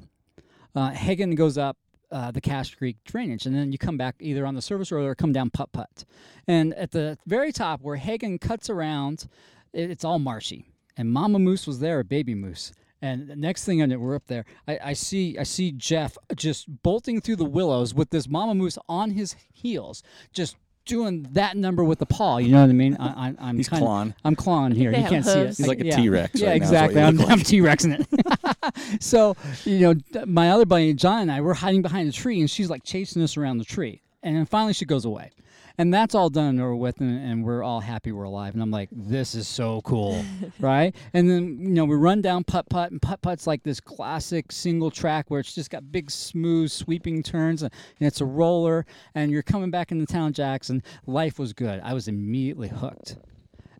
S2: Uh, Hagen goes up uh, the Cache Creek drainage, and then you come back either on the surface road or come down putt putt. And at the very top where Hagen cuts around, it, it's all marshy. And Mama Moose was there, a baby moose. And the next thing I know, we're up there. I, I see I see Jeff just bolting through the willows with this Mama Moose on his heels, just doing that number with the paw. You know what I mean? I, I, I'm
S1: He's
S2: kinda-
S1: clawing.
S2: I'm clawing here.
S3: They
S2: You
S3: have
S2: can't see it.
S3: hooves. He's
S1: like a
S2: yeah.
S1: T-Rex
S2: Yeah,
S1: right now is what
S2: exactly.
S1: you
S2: I'm,
S1: look
S2: I'm T-Rexing it. so you know, d- my other buddy John and I were hiding behind a tree, and she's like chasing us around the tree, and then finally she goes away. And that's all done and over with, and, and we're all happy we're alive. And I'm like, this is so cool, right? And then you know we run down putt putt, and putt putt's like this classic single track where it's just got big smooth sweeping turns, and it's a roller, and you're coming back into town, Jackson. Life was good. I was immediately hooked,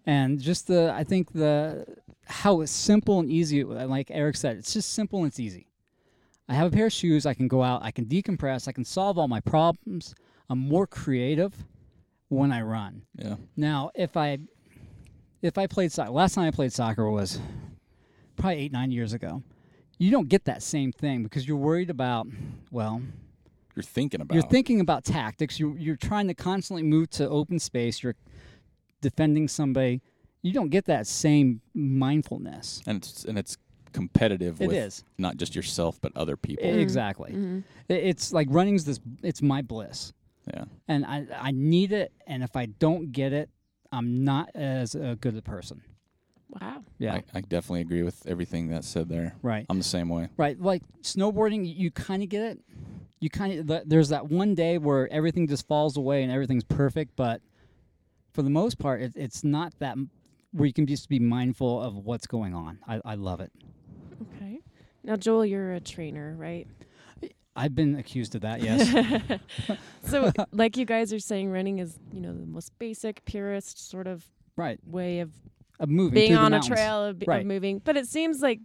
S2: and just the I think the how it's simple and easy. it- Like Eric said, it's just simple and it's easy. I have a pair of shoes. I can go out. I can decompress. I can solve all my problems. I'm more creative when I run.
S1: Yeah.
S2: Now, if I if I played soccer, last time I played soccer was probably eight nine years ago. You don't get that same thing because you're worried about well,
S1: You're thinking about.
S2: you're thinking about tactics. You you're trying to constantly move to open space. You're defending somebody. You don't get that same mindfulness. E,
S1: and it's and it's competitive
S2: It
S1: with
S2: is.
S1: not just yourself but other people.
S2: I- Exactly. I- It's like running's this. It's my bliss,
S1: yeah.
S2: and I I need it. And if I don't get it, I'm not as a good a person.
S3: Wow.
S2: Yeah.
S1: I, I definitely agree with everything that's said there.
S2: right.
S1: I'm the same way.
S2: Right. Like snowboarding, you kind of get it. You kind of there's that one day where everything just falls away and everything's perfect, but for the most part, it, it's not that m- where you can just be mindful of what's going on. I, I love it.
S3: Okay. Now, Joel, you're a trainer, right?
S2: I've been accused of that. Yes.
S3: So, like you guys are saying, running is, you know, the most basic, purest sort of
S2: right.
S3: way of
S2: Of moving.
S3: being
S2: through the
S3: on a
S2: mountains.
S3: trail, of, b-
S2: Right.
S3: of moving. But it seems like,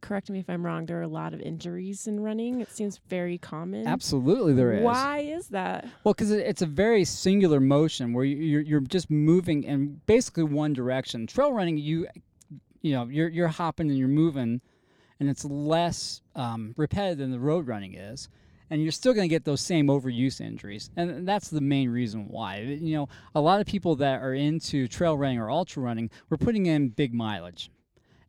S3: correct me if I'm wrong, there are a lot of injuries in running. It seems very common.
S2: Absolutely, there is.
S3: Why is that?
S2: Well, because it's a very singular motion where you- you're you're just moving in basically one direction. Trail running, you you know you're you're hopping and you're moving, and it's less um, repetitive than the road running is, and you're still going to get those same overuse injuries, and that's the main reason why. You know, a lot of people that are into trail running or ultra running, we're putting in big mileage,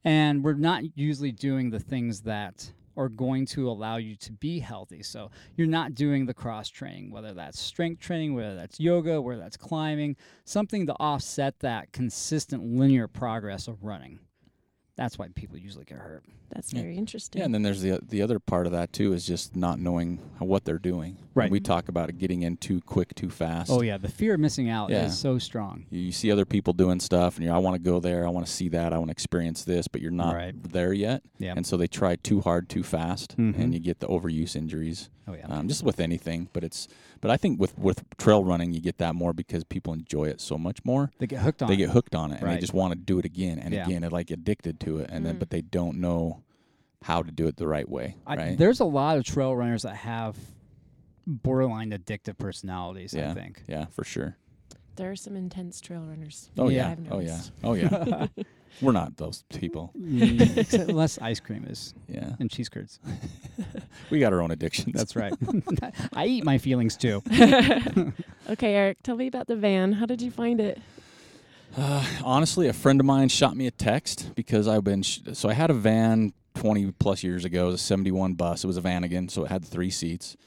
S2: and we're not usually doing the things that are going to allow you to be healthy. So you're not doing the cross training, whether that's strength training, whether that's yoga, whether that's climbing, something to offset that consistent linear progress of running. That's why people usually get hurt.
S3: That's
S1: Yeah.
S3: very interesting.
S1: Yeah, and then there's the the other part of that too is just not knowing how- what they're doing. When
S2: Right.
S1: we talk about it getting in too quick, too fast.
S2: Oh yeah, the fear of missing out
S1: Yeah.
S2: is so strong.
S1: You you see other people doing stuff, and you're, I want to go there. I want to see that. I want to experience this, but you're not
S2: Right.
S1: there yet.
S2: Yeah.
S1: And so they try too hard, too fast,
S2: Mhm.
S1: and you get the overuse injuries.
S2: Oh yeah.
S1: Um, just with anything, but it's. But I think with with trail running, you get that more because people enjoy it so much more.
S2: they get hooked on.
S1: They
S2: it.
S1: get hooked on it, and
S2: Right.
S1: they just want to do it again and
S2: Yeah. Mm-hmm.
S1: again. They're like addicted to it, and then
S3: Mm.
S1: but they don't know how to do it the right way.
S2: I,
S1: right.
S2: There's a lot of trail runners that have borderline addictive personalities. I
S1: Yeah.
S2: think.
S1: yeah, for sure.
S3: There are some intense trail runners.
S1: Oh
S2: Yeah.
S1: yeah.
S3: I've
S1: Oh yeah.
S3: noticed.
S1: Oh yeah. We're not those people.
S2: Mm, except Unless ice cream is
S1: Yeah.
S2: and cheese curds.
S1: We got our own addictions.
S2: That's right. I eat my feelings too.
S3: Okay, Eric, tell me about the van. How did you find it?
S1: Uh, honestly, a friend of mine shot me a text because I've been sh- so I had a van 20 plus years ago. It was a 71 bus. It was a van again, so it had three seats,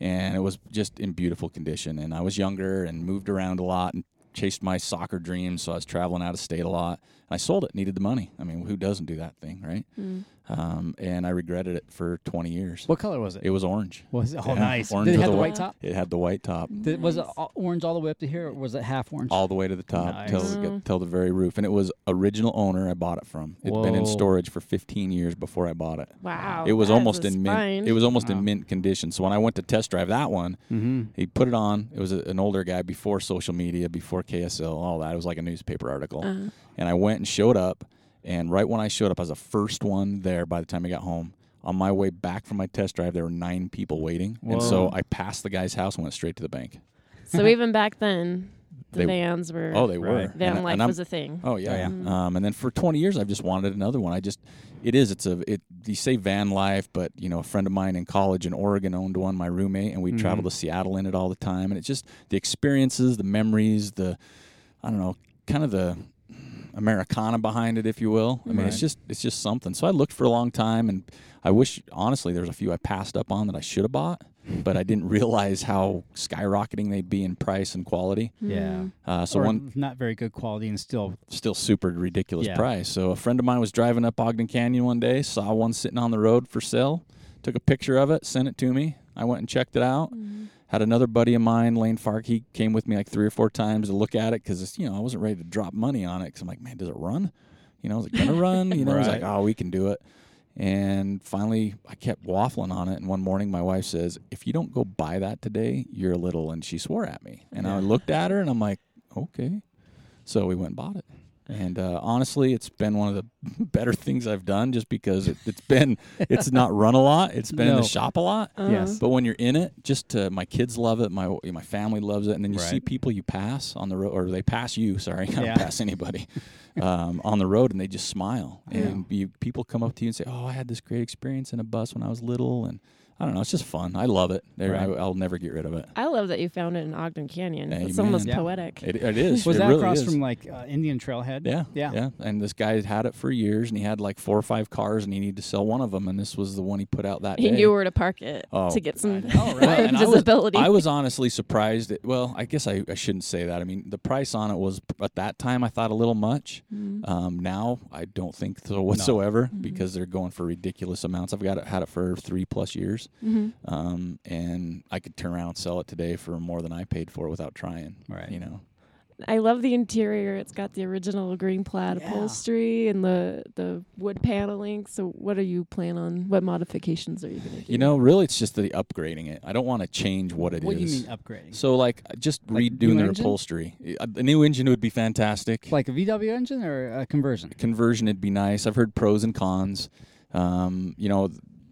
S1: and it was just in beautiful condition. And I was younger and moved around a lot and chased my soccer dreams, so I was traveling out of state a lot. And I sold it, needed the money. I mean, who doesn't do that thing, right?
S3: Hmm.
S1: Um, and I regretted it for 20 years.
S2: What color was it?
S1: It was orange.
S2: was oh
S1: Yeah,
S2: nice.
S1: orange
S2: Did it
S1: with
S2: have
S1: a
S2: the
S1: white-
S2: white top?
S1: It had the white top.
S2: Did, was it
S3: Nice.
S2: all, orange all the way up to here, or was it half orange?
S1: all the way to the top till,
S2: Nice.
S1: it
S3: Wow.
S1: got, till the very roof and it was original owner i bought it from it had been in
S2: Whoa.
S1: storage for 15 years before i bought it
S3: Wow.
S1: it was
S3: Oh, that is
S1: almost
S3: a
S1: in mint
S3: spine.
S1: it was almost
S2: Wow.
S1: in mint condition so when i went to test drive that one
S2: Mm-hmm.
S1: he put it on it was a, an older guy before social media before ksl all that it was like a newspaper article
S3: Uh,
S1: and i went and showed up and right when i showed up i was the first one there by the time i got home on my way back from my test drive there were nine people waiting and so
S2: Whoa.
S1: i passed the guy's house and went straight to the bank
S3: so even back then, the
S1: They-
S3: vans were.
S1: oh they
S2: Right.
S1: were
S3: van
S1: And I-
S3: life
S1: and I'm-
S3: was a thing.
S1: Oh yeah,
S2: Oh, yeah.
S3: Mm.
S1: Um, and then for 20 years, I've just wanted another one. I just, it is. It's a. It. You say van life, but you know, a friend of mine in college in Oregon owned one. My roommate and we
S2: Mhm.
S1: traveled to Seattle in it all the time. And it's just the experiences, the memories, the, I don't know, kind of the Americana behind it, if you will. I mean,
S2: Right.
S1: it's just, it's just something. So I looked for a long time, and I wish honestly there's a few I passed up on that I should have bought, but I didn't realize how skyrocketing they'd be in price and quality.
S2: Yeah.
S1: Uh, so
S2: So or
S1: one
S2: one not very good quality and still
S1: still super ridiculous
S2: Yeah.
S1: price. So a friend of mine was driving up Ogden Canyon one day, saw one sitting on the road for sale, took a picture of it, sent it to me. I went and checked it out. Had another buddy of mine, Lane Fark. He came with me like three or four times to look at it because you know I wasn't ready to drop money on it because I'm like, man, does it run? You know, is it gonna run? You know, he's like,
S4: Right.
S1: oh, we can do it. And finally, I kept waffling on it. And one morning, my wife says, "If you don't go buy that today, you're little." And she swore at me. And I looked at her, and I'm like, "Okay." So we went and bought it. And uh, honestly, it's been one of the better things I've done, just because it, it's been it's not run a lot. It's been in
S2: No. Uh-huh.
S1: the shop a lot.
S4: Yes.
S1: But when you're in it, just uh, my kids love it. My my family loves it, and then you see
S4: Right.
S1: people you pass on the road, or they pass you. Sorry, I
S2: Yeah.
S1: don't pass anybody um, on the road, and they just smile. And you, people come up to you and say, "Oh, I had this great experience in a bus when I was little," and I don't know. It's just fun. I love it. There, I,
S4: Right.
S1: I'll never get rid of it.
S3: I love that you found it in Ogden Canyon. It's
S1: Amen.
S3: almost
S1: Yeah.
S3: poetic.
S1: It, it is.
S2: Was
S1: it
S2: that
S1: really
S2: across
S1: is.
S2: from like uh, Indian Trailhead?
S1: Yeah,
S2: Yeah.
S1: yeah. And this guy had had it for years, and he had like four or five cars, and he needed to sell one of them, and this was the one he put out that
S3: He
S1: day.
S3: knew where to park it
S1: Oh,
S3: to get some
S1: Well, and I was-
S3: visibility.
S1: I was honestly surprised. At, well, I guess I, I shouldn't say that. I mean, the price on it was at that time I thought a little much. Um, now I don't think so whatsoever because they're going for ridiculous amounts. I've got it, had it for three plus years, um, and I could turn around and sell it today for more than I paid for it without trying.
S2: Right.
S1: You know.
S3: I love the interior. It's got the original green plaid
S2: Yeah.
S3: upholstery and the the wood paneling. So, what are you plan on? What modifications are you going to do?
S1: You know, really, it's just the upgrading it. I don't want to change what it is.
S2: What do you mean upgrading?
S1: So, like, just
S2: Like
S1: redoing
S2: new
S1: their
S2: engine?
S1: upholstery. A a new engine would be fantastic.
S2: like a VW engine or a conversion?
S1: conversion it'd be nice i've heard pros and cons um, you know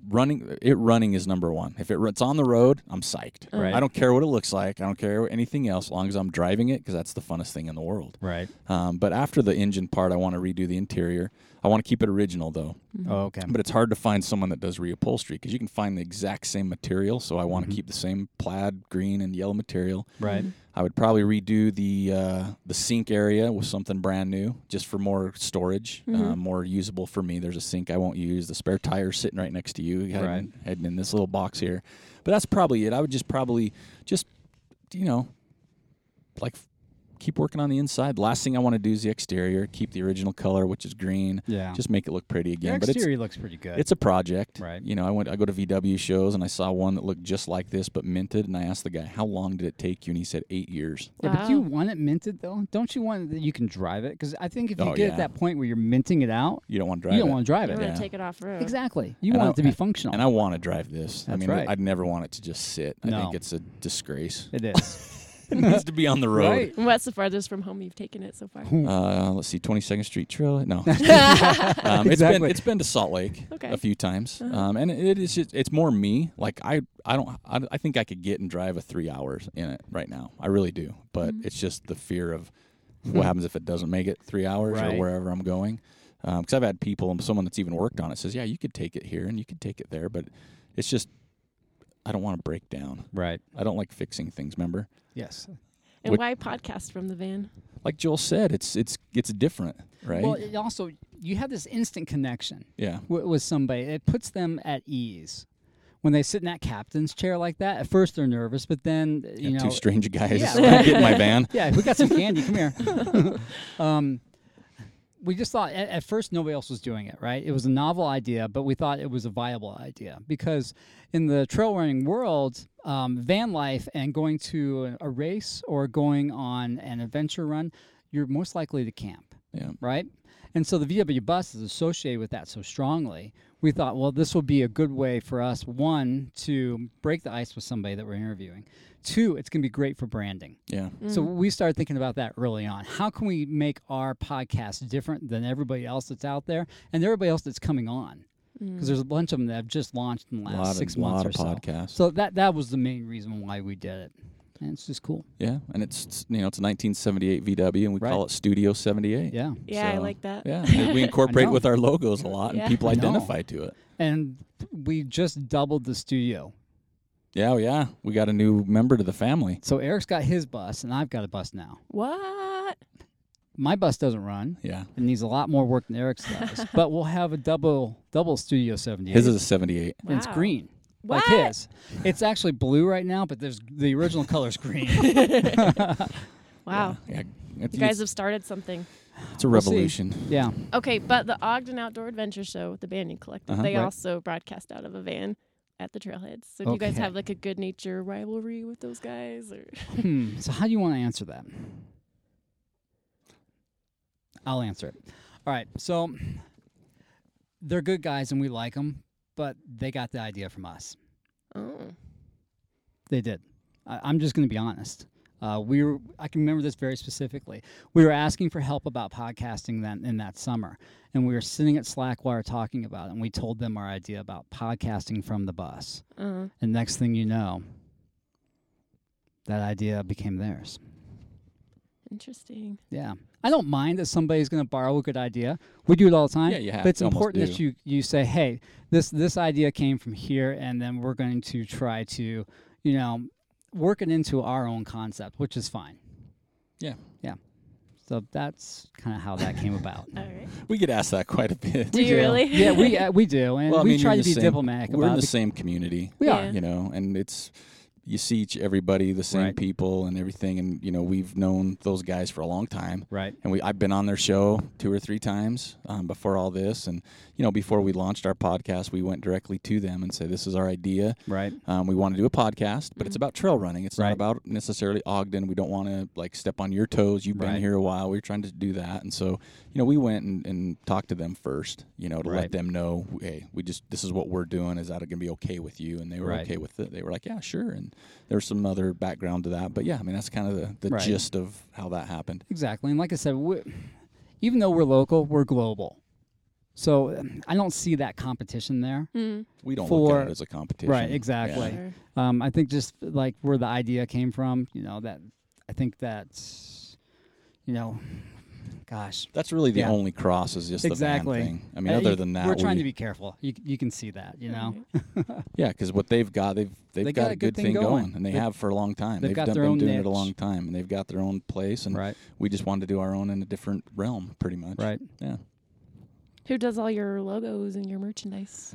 S1: running it running is number one if it, ru- it's on the road i'm psyched
S2: Right.
S1: i don't care what it looks like i don't care anything else as long as i'm driving it because that's the funnest thing in the world
S2: Right.
S1: um, but after the engine part i want to redo the interior i want to keep it original though
S2: Oh, okay.
S1: but it's hard to find someone that does reupholstery because you can find the exact same material so i
S2: Mm-hmm.
S1: want to keep the same plaid green and yellow material
S2: Right.
S1: I would probably redo the uh, the sink area with something brand new, just for more storage,
S2: Mm-hmm.
S1: uh, more usable for me. There's a sink I won't use. The spare tire sitting right next to you, heading,
S2: Right.
S1: heading in this little box here. But that's probably it. I would just probably just you know like f- keep working on the inside. Last thing I want to do is the exterior. Keep the original color, which is green.
S2: Yeah.
S1: Just make it look pretty
S2: Your
S1: again. but it's
S2: exterior looks pretty good.
S1: it's a project.
S2: Right.
S1: You know, I went I go to VW shows and I saw one that looked just like this but minted and I asked the guy, "How long did it take you?" and he said 8 years.
S2: Yeah, but do you
S3: Wow.
S2: want it minted though? Don't you want that you can drive it? Because I think if you
S1: Oh,
S2: get
S1: yeah.
S2: at that point where you're minting it out,
S1: You don't want to drive
S2: you don't
S1: it.
S2: want to drive
S3: you
S2: it.
S3: want to
S1: yeah.
S3: take it off road.
S2: Exactly. You
S1: And
S2: want
S1: I-
S2: it to be functional.
S1: And I want to drive this. I
S2: That's
S1: mean,
S2: right.
S1: I'd never want it to just sit. I
S2: No.
S1: think it's a disgrace.
S2: it is.
S1: it needs to be on the road.
S2: Right.
S3: What's the farthest from home you've taken it so far?
S2: Hmm.
S1: Uh, let's see, Twenty Second Street Trail. No, um, it's been
S2: Exactly. Uh-huh.
S1: it's been to Salt Lake
S3: Okay.
S1: a few times, um, and it is just, it's more me. Like I I don't I, I think I could get and drive a three hours in it right now. I really do, but
S2: Mm-hmm.
S1: it's just the fear of what happens if it doesn't make it three hours or
S2: Right.
S1: wherever I'm going. Because I've had people and someone that's even worked on it says, yeah, you could take it here and you could take it there, but it's just I don't want to break down.
S2: right.
S1: I don't like fixing things. Remember,
S2: Yes.
S3: And
S1: Would-
S3: why podcast from the van?
S1: like Joel said, it's it's it's different, right?
S2: Well, it also you have this instant connection
S1: yeah.
S2: with, with somebody. It puts them at ease when they sit in that captain's chair like that. At first they're nervous, but then you
S1: Yeah,
S2: know
S1: two strange guys
S2: Yeah.
S1: get in my van.
S2: Yeah, we got some candy. Come here. um, we just thought at, at first nobody else was doing it, right? It was a novel idea, but we thought it was a viable idea because in the trail running world, um, van life and going to an- a race or going on an adventure run, you're most likely to camp,
S1: Yeah.
S2: right? And so the VW bus is associated with that so strongly. We thought, well, this will be a good way for us, one, to break the ice with somebody that we're interviewing. Two, it's going to be great for branding.
S1: Yeah.
S2: So we started thinking about that early on. How can we make our podcast different than everybody else that's out there and everybody else that's coming on? Because there's a bunch of them that have just launched in the last
S1: Lot of-
S2: six
S1: lot
S2: months
S1: of
S2: or
S1: podcasts.
S2: so. So that that was the main reason why we did it, and it's just cool.
S1: Yeah. And it's you know it's a 1978 VW and we call
S2: Right.
S1: it Studio 78.
S2: Yeah,
S3: Yeah, I
S1: So,
S3: like that.
S1: Yeah. we incorporate
S2: know.
S1: with our logos a lot
S3: Yeah.
S1: and people
S2: I know.
S1: identify to it.
S2: and we just doubled the studio.
S1: Yeah. oh, yeah. We got a new member to the family.
S2: So Eric's got his bus, and I've got a bus now.
S3: What?
S2: My bus doesn't run.
S1: Yeah.
S2: It needs a lot more work than Eric's does, but we'll have a double double studio seventy.
S1: His is a 78.
S2: and it's
S3: Wow.
S2: green. Like
S3: What?
S2: his. It's actually blue right now, but there's the original color's green.
S3: Wow.
S1: Yeah. It's,
S3: You guys have started something.
S1: it's a
S2: We'll see.
S1: revolution.
S2: yeah.
S3: Okay, but the Ogden Outdoor Adventure Show with the Banyan Collective,
S1: Uh-huh,
S3: they
S1: right.
S3: also broadcast out of a van. at the trailheads. So do you guys have like a good nature rivalry with those guys? Or
S2: Hmm. So how do you want to answer that? I'll answer it. All right. So they're good guys and we like them, but they got the idea from us.
S3: oh,
S2: They did. I, I'm just going to be honest. Uh, we were, I can remember this very specifically. We were asking for help about podcasting then in that summer, and we were sitting at Slackwire talking about it. And we told them our idea about podcasting from the bus.
S3: uh,
S2: And next thing you know, that idea became theirs.
S3: interesting.
S2: Yeah. I don't mind that somebody's going to borrow a good idea. We do it all the time.
S1: Yeah, you have
S2: But it's
S1: to, almost
S2: important that
S1: do.
S2: you you say, "Hey, this this idea came from here and then we're going to try to, you know, work it into our own concept, which is fine."
S1: Yeah.
S2: Yeah. So that's kind of how that came about.
S3: All right.
S1: We get asked that quite a bit.
S3: Do you really?
S2: yeah, we uh, we do, and
S1: Well, I
S2: we
S1: mean, you're
S2: try
S1: in
S2: to
S1: the
S2: be
S1: same-
S2: diplomatic
S1: We're in
S2: about
S1: the
S2: it.
S1: same community,
S2: We are.
S3: Yeah.
S1: you know, and it's you see each everybody, the same
S2: Right.
S1: people and everything, and you know we've known those guys for a long time.
S2: Right.
S1: and we I've been on their show two or three times um, before all this, and you know before we launched our podcast, we went directly to them and said, "This is our idea.
S2: Right.
S1: Um, we want to do a podcast, but it's about trail running. It's
S2: Mm-hmm. Right.
S1: not about necessarily Ogden. We don't want to like step on your toes. You've been
S2: Right.
S1: here a while. We are trying to do that, and so you know we went and, and talked to them first, you know, to
S2: Right.
S1: let them know, hey, we just this is what we're doing. Is that going to be okay with you? And they were
S2: Right.
S1: okay with it. They were like, yeah, sure. And there's some other background to that, but yeah, I mean that's kind of the, the
S2: Right.
S1: gist of how that happened.
S2: Exactly. And like I said, we, even though we're local, we're global. So um, I don't see that competition there.
S3: Mm.
S1: We don't
S2: for-
S1: look at it as a competition.
S2: Right, exactly.
S1: Yeah.
S3: Sure.
S2: Um, I think just like where the idea came from, you know, that I think that's, you know, gosh.
S1: That's really the
S2: Yeah.
S1: only cross is just
S2: Exactly.
S1: the van thing. I mean,
S2: Uh,
S1: other
S2: you-
S1: than that,
S2: we're trying
S1: we-
S2: to be careful. You, c- you can see that, you know.
S3: Alright.
S1: Yeah, because what they've got, they've they've
S2: They
S1: got, a good thing going, and they
S2: They've-
S1: have for a long time.
S2: they've got
S1: done,
S2: their
S1: been
S2: own
S1: doing it
S2: niche.
S1: a long time, and they've got their own place. And
S2: Right,
S1: we just wanted to do our own in a different realm, pretty much.
S2: right.
S1: Yeah.
S3: Who does all your logos and your merchandise?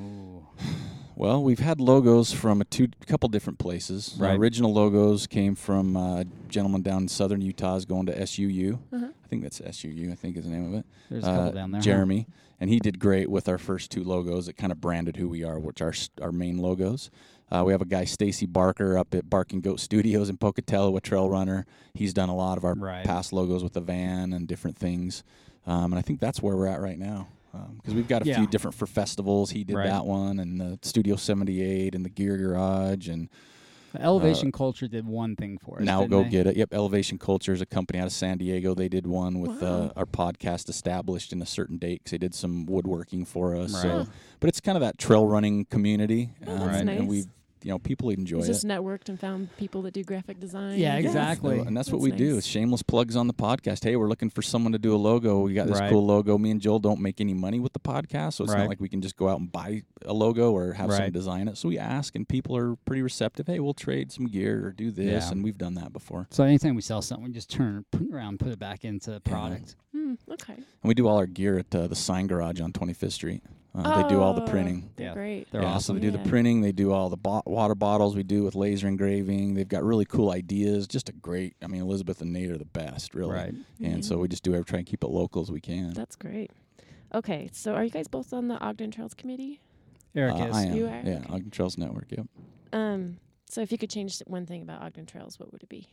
S1: Well, we've had logos from a two couple different places. Our
S2: Right.
S1: original logos came from uh, a gentleman down in southern Utah, is going to SUU.
S3: Uh-huh.
S1: I think that's SUU. I think is the name of it.
S2: There's a couple
S1: uh,
S2: down there. huh?
S1: Jeremy, and he did great with our first two logos. It kind of branded who we are, which are s- our main logos. Uh, we have a guy, Stacy Barker, up at Barking Goat Studios in Pocatello, a trail runner. He's done a lot of our
S2: Right.
S1: past logos with the van and different things, um, and I think that's where we're at right now. Because we've got a
S2: Yeah.
S1: few different for festivals. He did
S2: Right.
S1: that one, and the Studio 78, and the Gear Garage, and
S2: The Elevation Culture did one thing for us.
S1: uh, now
S2: didn't
S1: go
S2: they?
S1: get it. Yep, Elevation Culture is a company out of San Diego. They did one with
S3: Wow.
S1: uh, our podcast established in a certain date because they did some woodworking for us.
S2: Right.
S1: So, but it's kind of that trail running community, um,
S3: Oh, that's
S1: and- and we,
S3: nice.
S1: you know, people enjoy
S3: It's
S1: it.
S3: just networked and found people that do graphic design.
S2: Yeah,
S3: and-
S2: exact- exactly.
S1: And that's, what
S3: That's
S1: we do.
S3: nice.
S1: It's shameless plugs on the podcast. Hey, we're looking for someone to do a logo. We got this
S2: Right.
S1: cool logo. Me and Joel don't make any money with the podcast, so it's
S2: Right.
S1: not like we can just go out and buy a logo or have
S2: Right.
S1: someone design it. So we ask, and people are pretty receptive. Hey, we'll trade some gear or do this,
S2: Yeah.
S1: and we've done that before.
S2: So anytime we sell something, we just turn it put it around, put it back into the product.
S3: Hmm, okay.
S1: And we do all our gear at uh, the Sign Garage on 25th Street. Uh, They do all the
S3: Oh,
S1: printing.
S3: They're
S2: Yeah.
S3: great.
S2: They're
S1: yeah,
S2: awesome.
S1: So they do
S3: Yeah.
S1: the printing. They do all the bo- water bottles. We do with laser engraving. They've got really cool ideas. Just a great. I mean, Elizabeth and Nate are the best, really.
S2: Right.
S1: And so we just do every try and keep it local as we can.
S3: That's great. Okay, so are you guys both on the Ogden Trails Committee?
S2: Eric
S1: Uh,
S2: is.
S1: I am.
S3: You are?
S1: Yeah,
S3: Okay.
S1: Ogden Trails Network. Yep.
S3: Um, so if you could change one thing about Ogden Trails, what would it be?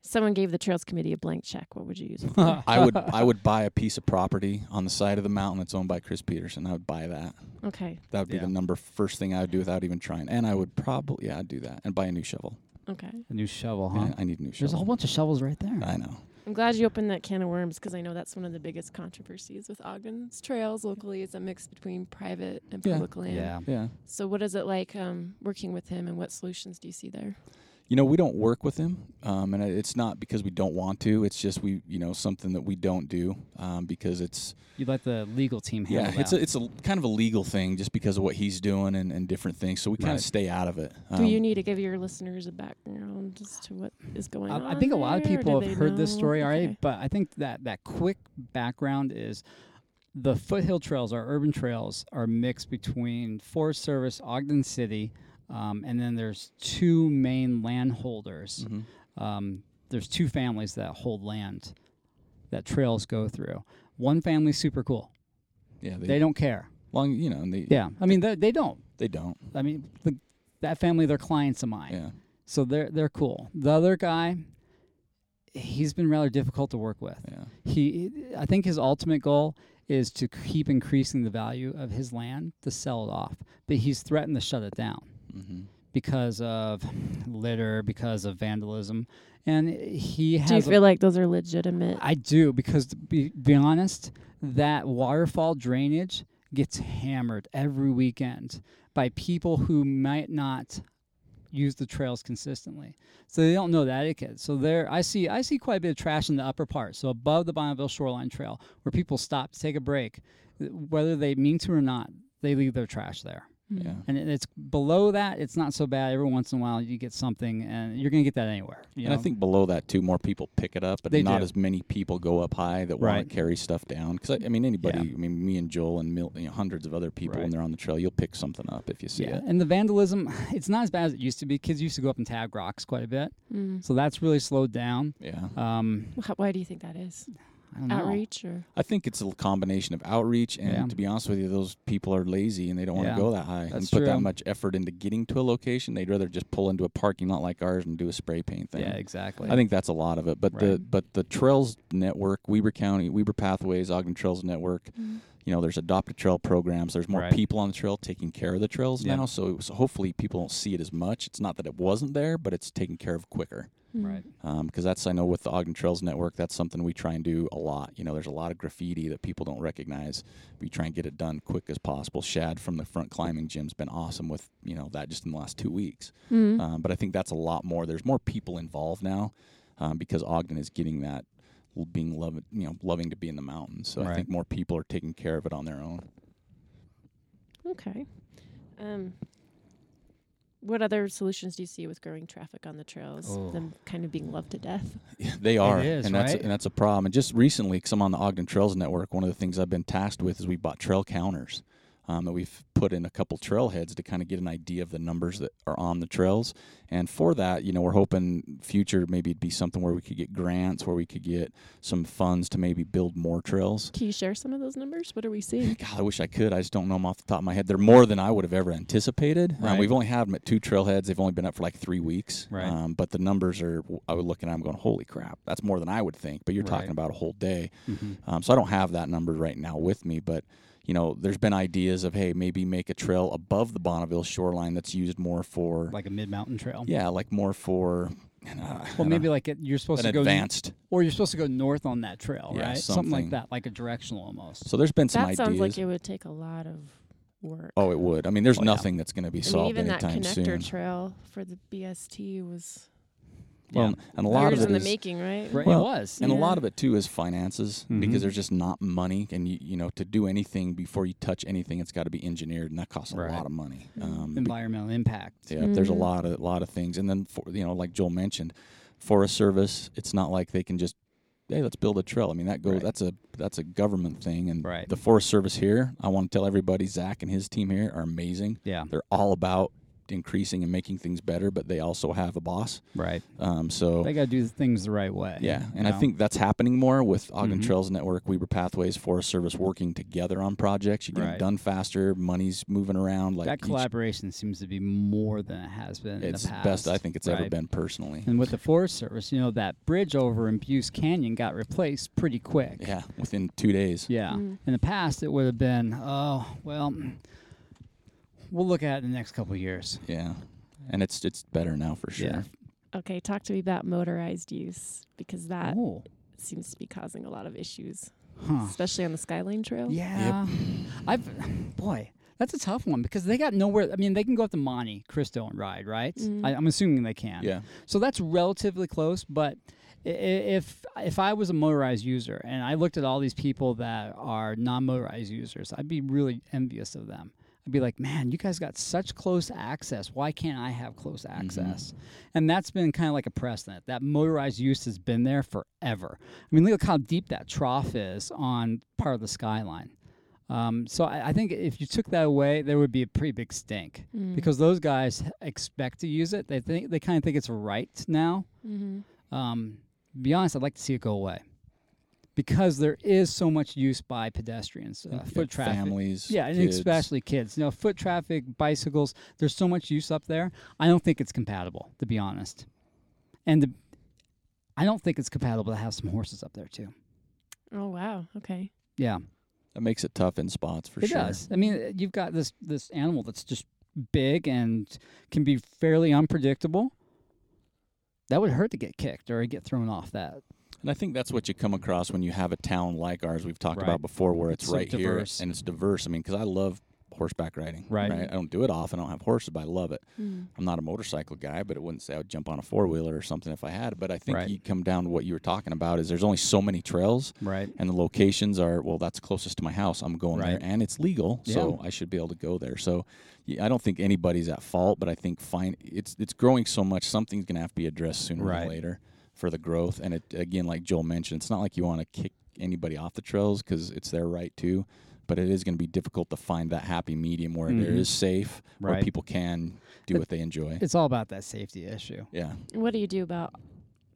S3: Someone gave the Trails Committee a blank check. What would you use? it for?
S1: I would I would buy a piece of property on the side of the mountain that's owned by Chris Peterson. I would buy that.
S3: okay,
S1: That would be
S2: Yeah.
S1: the number first thing I would do without even trying. And I would probably yeah I'd do that and buy a new shovel.
S3: okay.
S2: A new shovel, huh?
S1: Yeah, I need a new shovel.
S2: Uh-huh. There's a whole bunch of shovels right there.
S1: I know.
S3: I'm glad you opened that can of worms because I know that's one of the biggest controversies with Ogden's trails locally is a mix between private and
S1: Yeah.
S3: public land.
S2: Yeah.
S1: Yeah.
S3: So what is it like um, working with him, and what solutions do you see there?
S1: You know, we don't work with him, um, and it's not because we don't want to. It's just we, you know, something that we don't do um, because it's
S2: You let the legal team handle
S1: yeah,
S2: that.
S1: it's a, it's a kind of a legal thing just because of what he's doing and, and different things. So we kind
S2: Right.
S1: of stay out of it.
S3: do
S1: Um,
S3: you need to give your listeners a background as to what is going
S2: I-
S3: on?
S2: I think a lot of
S3: there, or
S2: people
S3: do
S2: have
S3: they
S2: heard this
S3: know?
S2: story already,
S3: Okay.
S2: but I think that that quick background is the foothill trails, our urban trails, are mixed between Forest Service, Ogden City, um, and then there's two main landholders.
S1: Mhm.
S2: Um, there's two families that hold land that trails go through. One family's super cool;
S1: Yeah, they,
S2: they don't care.
S1: Long, you know, and they
S2: Yeah. I mean, they, they don't.
S1: they don't.
S2: I mean, the, that family, they're clients of mine.
S1: Yeah,
S2: So they're they're cool. The other guy, he's been rather difficult to work with.
S1: yeah,
S2: He, I think his ultimate goal is to keep increasing the value of his land to sell it off, but he's threatened to shut it down
S1: mm-hmm.
S2: because of litter, because of vandalism, and he has.
S3: Do you
S2: a-
S3: feel like those are legitimate?
S2: I do because to be, be honest, that waterfall drainage gets hammered every weekend by people who might not use the trails consistently. So they don't know that etiquette. So there I see I see quite a bit of trash in the upper part. So above the Bonneville Shoreline Trail where people stop to take a break, whether they mean to or not, they leave their trash there.
S1: yeah.
S2: And it- it's below that, it's not so bad. Every once in a while you get something and you're going to get that anywhere. you
S1: And I
S2: know?
S1: think below that too, more people pick it up, but
S2: They
S1: not
S2: do.
S1: as many people go up high that
S2: Right.
S1: want to carry stuff down. Because I, I mean, anybody, I mean, me and Joel and Mil- you know, hundreds of other people when
S2: Right.
S1: they're on the trail, you'll pick something up if you see
S2: yeah,
S1: it.
S2: and the vandalism, it's not as bad as it used to be. Kids used to go up and tag rocks quite a bit,
S3: Mm.
S2: so that's really slowed down.
S1: Yeah,
S2: Um,
S3: Wh- Why do you think that is?
S2: I don't know.
S3: Outreach or
S1: I think it's a l- combination of outreach and,
S2: Yeah.
S1: to be honest with you, those people are lazy and they don't want to
S2: Yeah.
S1: go that high and
S2: That's
S1: put that
S2: true.
S1: much effort into getting to a location. They'd rather just pull into a parking lot like ours and do a spray paint thing.
S2: Yeah, exactly.
S1: I think that's a lot of it. But the
S2: Right.
S1: but the trails network, Weber County, Weber Pathways, Ogden Trails Network,
S3: Mm-hmm.
S1: you know, there's adopted trail programs. There's more
S2: Right.
S1: people on the trail taking care of the trails
S2: Yeah.
S1: now. So, so hopefully people don't see it as much. It's not that it wasn't there, but it's taken care of quicker.
S3: Hmm.
S2: right.
S1: Because Um, that's I know with the Ogden Trails Network, that's something we try and do a lot. You know, there's a lot of graffiti that people don't recognize. We try and get it done quick as possible. Shad from the front climbing gym's been awesome with you know that just in the last two weeks.
S3: Mm.
S1: Um, but I think that's a lot more. There's more people involved now um, because Ogden is getting that l- being loving, you know, loving to be in the mountains. So I
S2: Right.
S1: think more people are taking care of it on their own.
S3: okay. Um, what other solutions do you see with growing traffic on the trails?
S2: Oh.
S3: Them kind of being loved to death.
S1: They are,
S2: is,
S1: and that's
S2: right?
S1: and that's a problem. And just recently, because I'm on the Ogden Trails Network, one of the things I've been tasked with is we bought trail counters um, that we've put in a couple trailheads to kind of get an idea of the numbers that are on the trails. And for that, you know, we're hoping future maybe it'd be something where we could get grants, where we could get some funds to maybe build more trails.
S3: Can you share some of those numbers? What are we seeing?
S1: God, I wish I could. I just don't know them off the top of my head. They're more than I would have ever anticipated. Um,
S2: Right.
S1: we've only had them at two trailheads. They've only been up for like three weeks.
S2: Right.
S1: Um, but the numbers are, I was looking at them going, holy crap, that's more than I would think. But you're
S2: Right.
S1: talking about a whole day.
S2: Mm-hmm.
S1: Um, so I don't have that number right now with me, but you know, there's been ideas of hey, maybe make a trail above the Bonneville shoreline that's used more for
S2: Like a mid-mountain trail.
S1: yeah, like more for uh,
S2: Well, maybe like it, you're supposed
S1: an
S2: to go, n-
S1: advanced.
S2: or you're supposed to go north on that trail,
S1: Yeah,
S2: right? like
S1: something.
S2: that, like a directional almost.
S1: So there's been some
S3: that
S1: ideas.
S3: sounds like it would take a lot of work.
S1: oh, it would. I mean, there's
S2: Oh, yeah.
S1: nothing that's going to be
S3: I mean,
S1: solved
S3: even that
S1: anytime
S3: connector
S1: soon.
S3: trail for the BST was
S1: Well, and a lot of
S3: years
S1: it
S3: in the
S1: is-
S3: making, right?
S2: Right,
S1: Well,
S2: it was.
S1: And a
S3: Yeah.
S1: lot of it too is finances
S2: Mhm.
S1: because there's just not money, and you you know to do anything before you touch anything, it's got to be engineered, and that costs a
S2: Right.
S1: lot of money.
S3: Mhm.
S1: Um, be-
S2: environmental impact.
S1: yeah, there's a
S3: Mhm.
S1: lot of lot of things, and then for, you know like Joel mentioned, Forest Service, it's not like they can just hey let's build a trail. I mean that goes
S2: Right.
S1: that's a that's a government thing, and
S2: Right.
S1: the Forest Service here, I want to tell everybody Zach and his team here are amazing.
S2: Yeah.
S1: They're all about increasing and making things better, but they also have a boss.
S2: Right.
S1: Um, so
S2: They got to do things the right way.
S1: yeah,
S2: you
S1: and I
S2: know?
S1: think that's happening more with Ogden
S2: Mhm.
S1: Trails Network, Weber Pathways, Forest Service working together on projects. You get 'em
S2: Right.
S1: done faster, money's moving around. Like
S2: that
S1: each-
S2: collaboration seems to be more than it has been in
S1: it's
S2: the
S1: the
S2: past.
S1: best I think it's ever
S2: right?
S1: been personally.
S2: And with the Forest Service, you know that bridge over in Butte Canyon got replaced pretty quick.
S1: Yeah, within two days.
S2: Yeah.
S3: Mm.
S2: In the past, it would have been, oh, well, we'll look at it in the next couple of years.
S1: Yeah, and it's it's better now for sure.
S2: Yeah.
S3: Okay, talk to me about motorized use because that
S2: oh,
S3: seems to be causing a lot of issues,
S2: huh.
S3: especially on the Skyline Trail.
S2: Yeah. I've, boy, that's a tough one because they got nowhere. I mean, they can go up to Monte Cristo and ride, right?
S3: Mm.
S2: I, I'm assuming they can.
S1: Yeah,
S2: So that's relatively close, but i- i- if if I was a motorized user and I looked at all these people that are non-motorized users, I'd be really envious of them. I'd be like, "Man, you guys got such close access. Why can't I have close access?" And that's been kind of like a precedent. That motorized use has been there forever. I mean, look how deep that trough is on part of the skyline. Um, so I, I think if you took that away, there would be a pretty big stink because those guys expect to use it. They think they kind of think it's right now.
S3: Mm-hmm.
S2: Um, to be honest, I'd like to see it go away because there is so much use by pedestrians, uh,
S1: Like
S2: foot traffic.
S1: families,
S2: Yeah, and
S1: kids.
S2: especially kids. You know, foot traffic, bicycles. There's so much use up there. I don't think it's compatible, to be honest. And the, I don't think it's compatible to have some horses up there too.
S3: Oh wow. Okay.
S2: Yeah,
S1: that makes it tough in spots for
S2: it
S1: sure.
S2: does. I mean, uh, you've got this this animal that's just big and can be fairly unpredictable. That would hurt to get kicked or get thrown off that.
S1: And I think that's what you come across when you have a town like ours we've talked
S2: Right.
S1: about before, where it's,
S2: It's so
S1: right here
S2: diverse.
S1: and it's diverse. I mean, because I love horseback riding.
S2: Right.
S1: I don't do it often. I don't have horses, but I love it.
S3: Hmm.
S1: I'm not a motorcycle guy, but it wouldn't say I would jump on a four wheeler or something if I had. But I think
S2: Right.
S1: you come down to what you were talking about is there's only so many trails.
S2: Right.
S1: And the locations are well. That's closest to my house. I'm going there,
S2: Right.
S1: and it's legal, so I should be able to go there. So, y- I don't think anybody's at fault, but I think fine. It's it's growing so much. Something's going to have to be addressed sooner
S2: Right.
S1: than later for the growth. And it again, like Joel mentioned, it's not like you want to kick anybody off the trails because it's their right to. But it is going to be difficult to find that happy medium where it
S2: Mhm.
S1: is safe, where
S2: Right.
S1: people can do
S2: It-
S1: what they enjoy.
S2: It's all about that safety issue.
S1: Yeah.
S3: What do you do about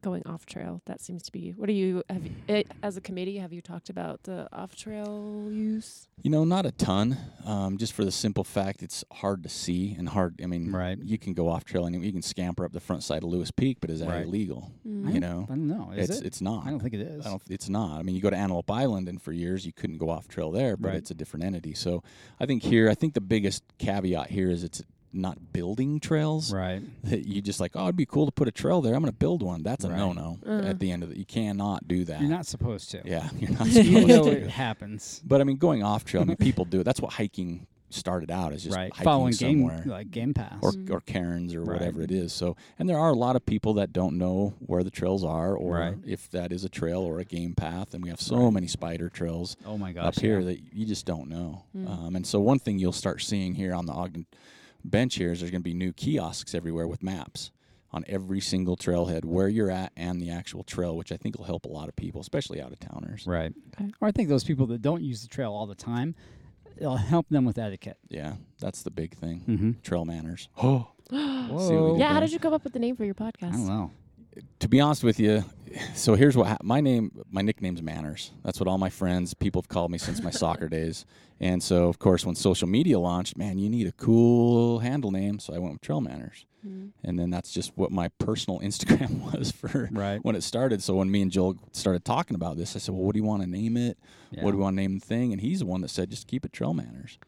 S3: going off trail? That seems to be. What do you have you, eh, as a committee? Have you talked about the off trail use?
S1: You know, not a ton. Um, just for the simple fact, it's hard to see and hard. I mean,
S2: Right.
S1: You can go off trail and you can scamper up the front side of Lewis Peak, but is that
S2: Right.
S1: illegal?
S2: I
S1: You
S2: don't-
S1: know,
S2: I don't know. Is
S1: it's
S2: it?
S1: it's not.
S2: I don't think it is.
S1: I don't. It's not. I mean, you go to Antelope Island, and for years you couldn't go off trail there, but
S2: Right.
S1: it's a different entity. So, I think here, I think the biggest caveat here is it's not building trails.
S2: Right.
S1: That you just like, oh, it'd be cool to put a trail there. I'm going to build one. That's a
S2: Right.
S1: no-no.
S2: Uh.
S3: Uh-uh.
S1: At the end of the, you cannot do that.
S2: You're not supposed to.
S1: yeah, you're not
S2: you
S1: supposed
S2: know
S1: to.
S2: it happens.
S1: But I mean, going off trail, I mean, people do it. That's what hiking started out as just
S2: right.
S1: hiking
S2: Following
S1: somewhere
S2: game like game pass.
S1: or or cairns or
S2: Right.
S1: whatever it is. So, and there are a lot of people that don't know where the trails are or
S2: Right.
S1: if that is a trail or a game path. And we have so many spider trails
S2: oh my
S1: up
S2: gosh.
S1: here
S2: yeah.
S1: that you just don't know. Um, and so one thing you'll start seeing here on the Ogden bench here is there's going to be new kiosks everywhere with maps on every single trailhead where you're at and the actual trail, which I think will help a lot of people, especially out of towners.
S2: Right.
S3: Okay.
S2: Or I think those people that don't use the trail all the time, it'll help them with etiquette.
S1: Yeah, that's the big thing.
S2: Mm-hmm.
S1: Trail manners.
S2: Oh.
S1: Whoa.
S3: Yeah. How
S1: Okay.
S3: did you come up with the name for your
S2: I don't
S3: podcast?
S2: know.
S1: to be honest with you, so here's what hap my name, my nickname's Manners. That's what all my friends, people have called me since my soccer days. And so, of course, when social media launched, man, you need a cool handle name. So I went with Trail Manners.
S3: Mm.
S1: And then that's just what my personal Instagram was for
S2: Right.
S1: when it started. So when me and Joel started talking about this, I said, well, what do you want to name it? What do we want to name the thing? And he's the one that said, just keep it Trail Manners.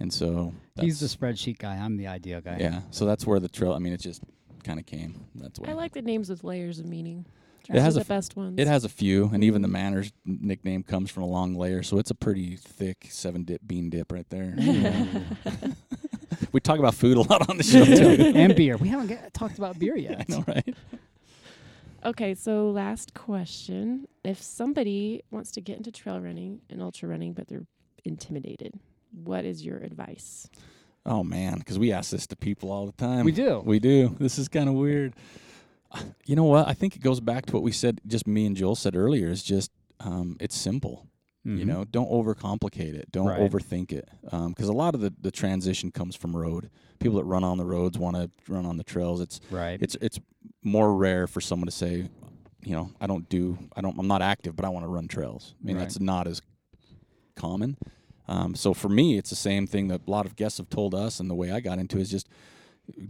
S1: And so
S2: He's the
S1: that's-
S2: spreadsheet guy. I'm the idea guy.
S1: yeah. So that's where the trail, I mean, it just kind of came. That's what
S3: I like the names with layers of meaning.
S1: It
S3: Those
S1: has a
S3: are the
S1: f-
S3: best ones.
S1: It has a few, and even the Manners nickname comes from a long layer, so it's a pretty thick seven dip bean dip right there. we talk about food a lot on the show too.
S2: and beer. We haven't get, talked about beer yet.
S1: I know, right?
S3: Okay, so last question. If somebody wants to get into trail running and ultra running, but they're intimidated, what is your advice?
S1: Oh man, because we ask this to people all the time.
S2: We do.
S1: We do. This is kind of weird. Uh, You know what? I think it goes back to what we said. Just me and Joel said earlier is just um, it's simple. you
S2: Mhm.
S1: know don't overcomplicate it don't
S2: Right.
S1: overthink it because a lot of the, the transition comes from road people that run on the roads want to run on the trails it's
S2: Right.
S1: it's it's more rare for someone to say you know i don't do i don't i'm not active but i want to run trails i mean
S2: Right.
S1: that's not as common um, so for me it's the same thing that a lot of guests have told us and the way i got into it is just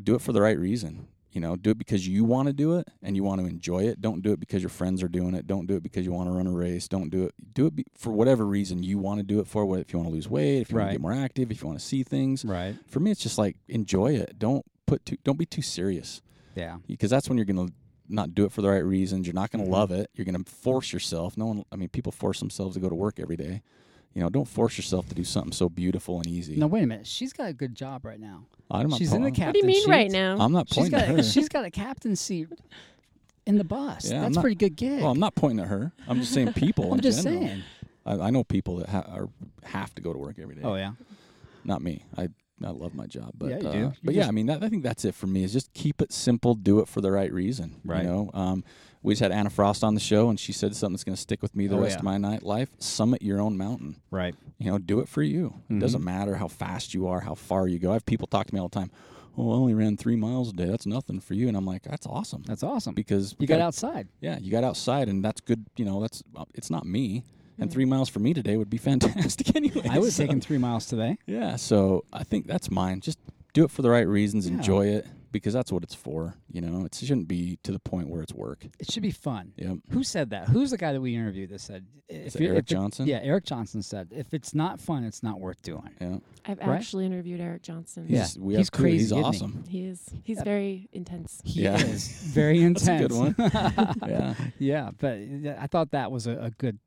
S1: do it for the right reason you know do it because you want to do it and you want to enjoy it don't do it because your friends are doing it don't do it because you want to run a race don't do it do it be, for whatever reason you want to do it for what if you want to lose weight if you want
S2: Right.
S1: to get more active if you want to see things
S2: Right.
S1: for me it's just like enjoy it don't put too don't be too serious
S2: Yeah.
S1: because that's when you're going to not do it for the right reasons. You're not going to
S2: Mhm.
S1: love it. You're going to force yourself. No one, I mean, people force themselves to go to work every day. You know, don't force yourself to do something so beautiful and easy.
S2: Now wait a minute. She's got a good job right now.
S1: I'm not
S2: she's in the
S1: pointing-
S2: captain.
S3: what do you mean
S2: seat.
S3: right now?
S1: I'm not
S2: She's
S1: pointing
S2: got
S1: at
S2: a,
S1: her.
S2: she's got a captain seat in the bus.
S1: Yeah, I'm
S2: That's
S1: not-
S2: pretty good gig.
S1: well, I'm not pointing at her. I'm just saying people. in
S2: I'm just
S1: general.
S2: saying.
S1: I, I know people that ha- are, have to go to work every day.
S2: Oh yeah.
S1: Not me. I I love my job, but
S2: Yeah, you
S1: uh,
S2: do. You
S1: but yeah,
S2: just-
S1: I mean, that, I think that's it for me. Is just keep it simple, do it for the right reason.
S2: Right.
S1: You know, um, we just had Anna Frost on the show, and she said something that's going to stick with me the
S2: Oh,
S1: rest
S2: yeah.
S1: of my night life. Summit your own mountain.
S2: Right. Mm-hmm.
S1: You know, do it for you. It doesn't matter how fast you are, how far you go. I have people talk to me all the time. well, I only ran three miles a day. That's nothing for you. And I'm like, that's awesome.
S2: That's awesome.
S1: because
S2: You got outside.
S1: Yeah, you got outside, and that's good. You know, that's well, it's not me. And three miles for me today would be fantastic anyway.
S2: I was
S1: so-
S2: taking three miles today.
S1: Yeah, so I think that's mine. Just do it for the right reasons.
S2: Yeah.
S1: Enjoy it because that's what it's for. You know, it shouldn't be to the point where it's work.
S2: It should be fun.
S1: Yep.
S2: Who said that? Who's the guy that we interviewed that said?
S1: Is
S2: If
S1: it
S2: you're-
S1: Eric
S2: if it-
S1: Johnson?
S2: yeah, Eric Johnson said, if it's not fun, it's not worth doing.
S1: Yeah.
S3: I've
S2: Right?
S3: actually interviewed Eric Johnson.
S2: Yeah.
S1: He's- we
S2: he's
S1: have two. He's
S2: crazy, isn't he?
S1: awesome.
S3: He is. He's
S2: Yeah.
S3: very intense.
S2: He
S1: Yeah.
S2: is very
S1: That's a
S2: intense.
S1: good
S2: one.
S1: Yeah.
S2: yeah, but uh, I thought that was a, a good,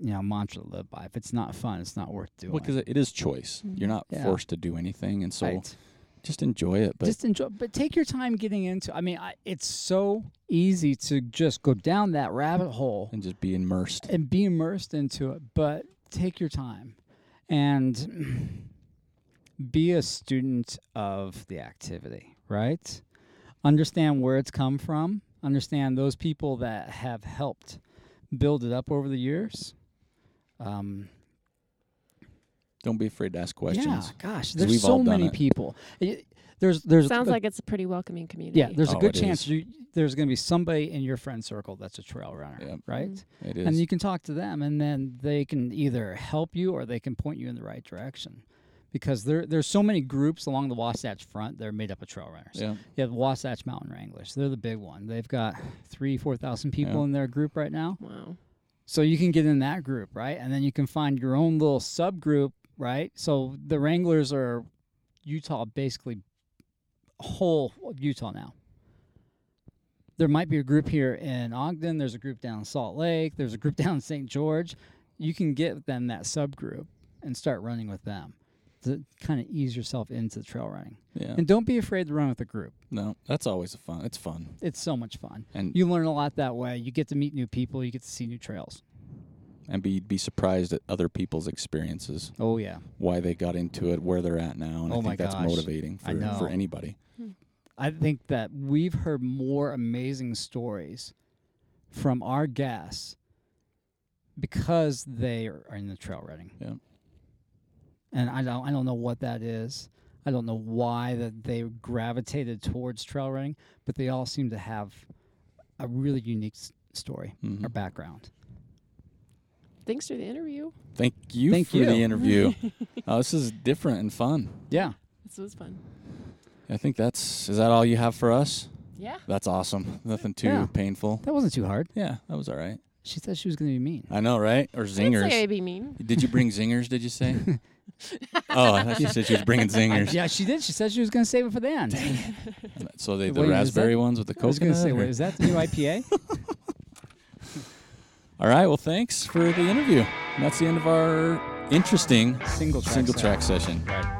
S2: you know, mantra to live by. If it's not fun, it's not worth doing.
S1: Well, because it is choice. You're not
S2: Mm-hmm. Yeah.
S1: forced to do anything, and so
S2: Right.
S1: just enjoy it. But
S2: just enjoy, but take your time getting into. I mean, I, it's so easy to just go down that rabbit hole
S1: and just be immersed.
S2: and be immersed into it, but take your time and be a student of the activity, right? Understand where it's come from, understand those people that have helped build it up over the years. Um,
S1: Don't be afraid to ask questions.
S2: yeah, gosh, there's
S1: we've all
S2: so
S1: done
S2: many
S1: it.
S2: people. Y- There's there's
S3: Sounds
S2: a,
S3: like it's a pretty welcoming community.
S2: yeah, there's a
S1: Oh,
S2: good
S1: it
S2: chance
S1: is.
S2: you, there's going to be somebody in your friend circle that's a trail runner,
S1: Yep.
S2: right?
S3: Mhm.
S1: It is.
S2: and you can talk to them and then they can either help you or they can point you in the right direction because there there's so many groups along the Wasatch Front that are made up of trail runners.
S1: yeah.
S2: You have Wasatch Mountain Wranglers. They're the big one. They've got three, four thousand people
S1: Yeah.
S2: in their group right now.
S3: Wow.
S2: So you can get in that group, right? And then you can find your own little subgroup, right? So the Wranglers are Utah, basically whole of Utah now. There might be a group here in Ogden. There's a group down in Salt Lake. There's a group down in St. George. You can get them that subgroup and start running with them to kind of ease yourself into trail running.
S1: Yeah.
S2: And don't be afraid to run with a group.
S1: No, that's always a fun. It's fun.
S2: It's so much fun.
S1: And
S2: You learn a lot that way. You get to meet new people. You get to see new trails.
S1: and be be surprised at other people's experiences,
S2: Oh yeah.
S1: why they got into it, where they're at now, and
S2: Oh
S1: I
S2: my
S1: think that's
S2: gosh.
S1: motivating
S2: I
S1: for for
S2: know.
S1: anybody.
S2: I think that we've heard more amazing stories from our guests because they are in the trail running.
S1: Yeah.
S2: And I don't I don't know what that is. I don't know why that they gravitated towards trail running, but they all seem to have a really unique s- story
S1: Mhm.
S2: or background.
S3: Thanks for the interview.
S1: Thank you
S2: Thank
S1: for the
S2: you.
S1: interview. uh, this is different and fun.
S2: Yeah.
S3: This was fun.
S1: I think that's is that all you have for us?
S3: Yeah.
S1: That's awesome. Nothing too
S2: Yeah.
S1: painful.
S2: That wasn't too hard.
S1: Yeah, that was all right.
S2: She said she was going to be mean.
S1: I know, right? Or
S3: I didn't say
S1: zingers.
S3: I'd be mean.
S1: Did you bring zingers? Did you say? oh, I thought she said she was bringing
S2: I-
S1: zingers.
S2: yeah, she did. She said she was going to save it for the end.
S1: So they the
S2: Wait, is that-
S1: raspberry ones with the
S2: I was going
S1: coconut.
S2: to say,
S1: or-
S2: wait, is that the new IPA?
S1: All right. Well, thanks for the interview. And that's the end of our interesting
S2: Single track
S1: single
S2: session.
S1: track session.
S2: right.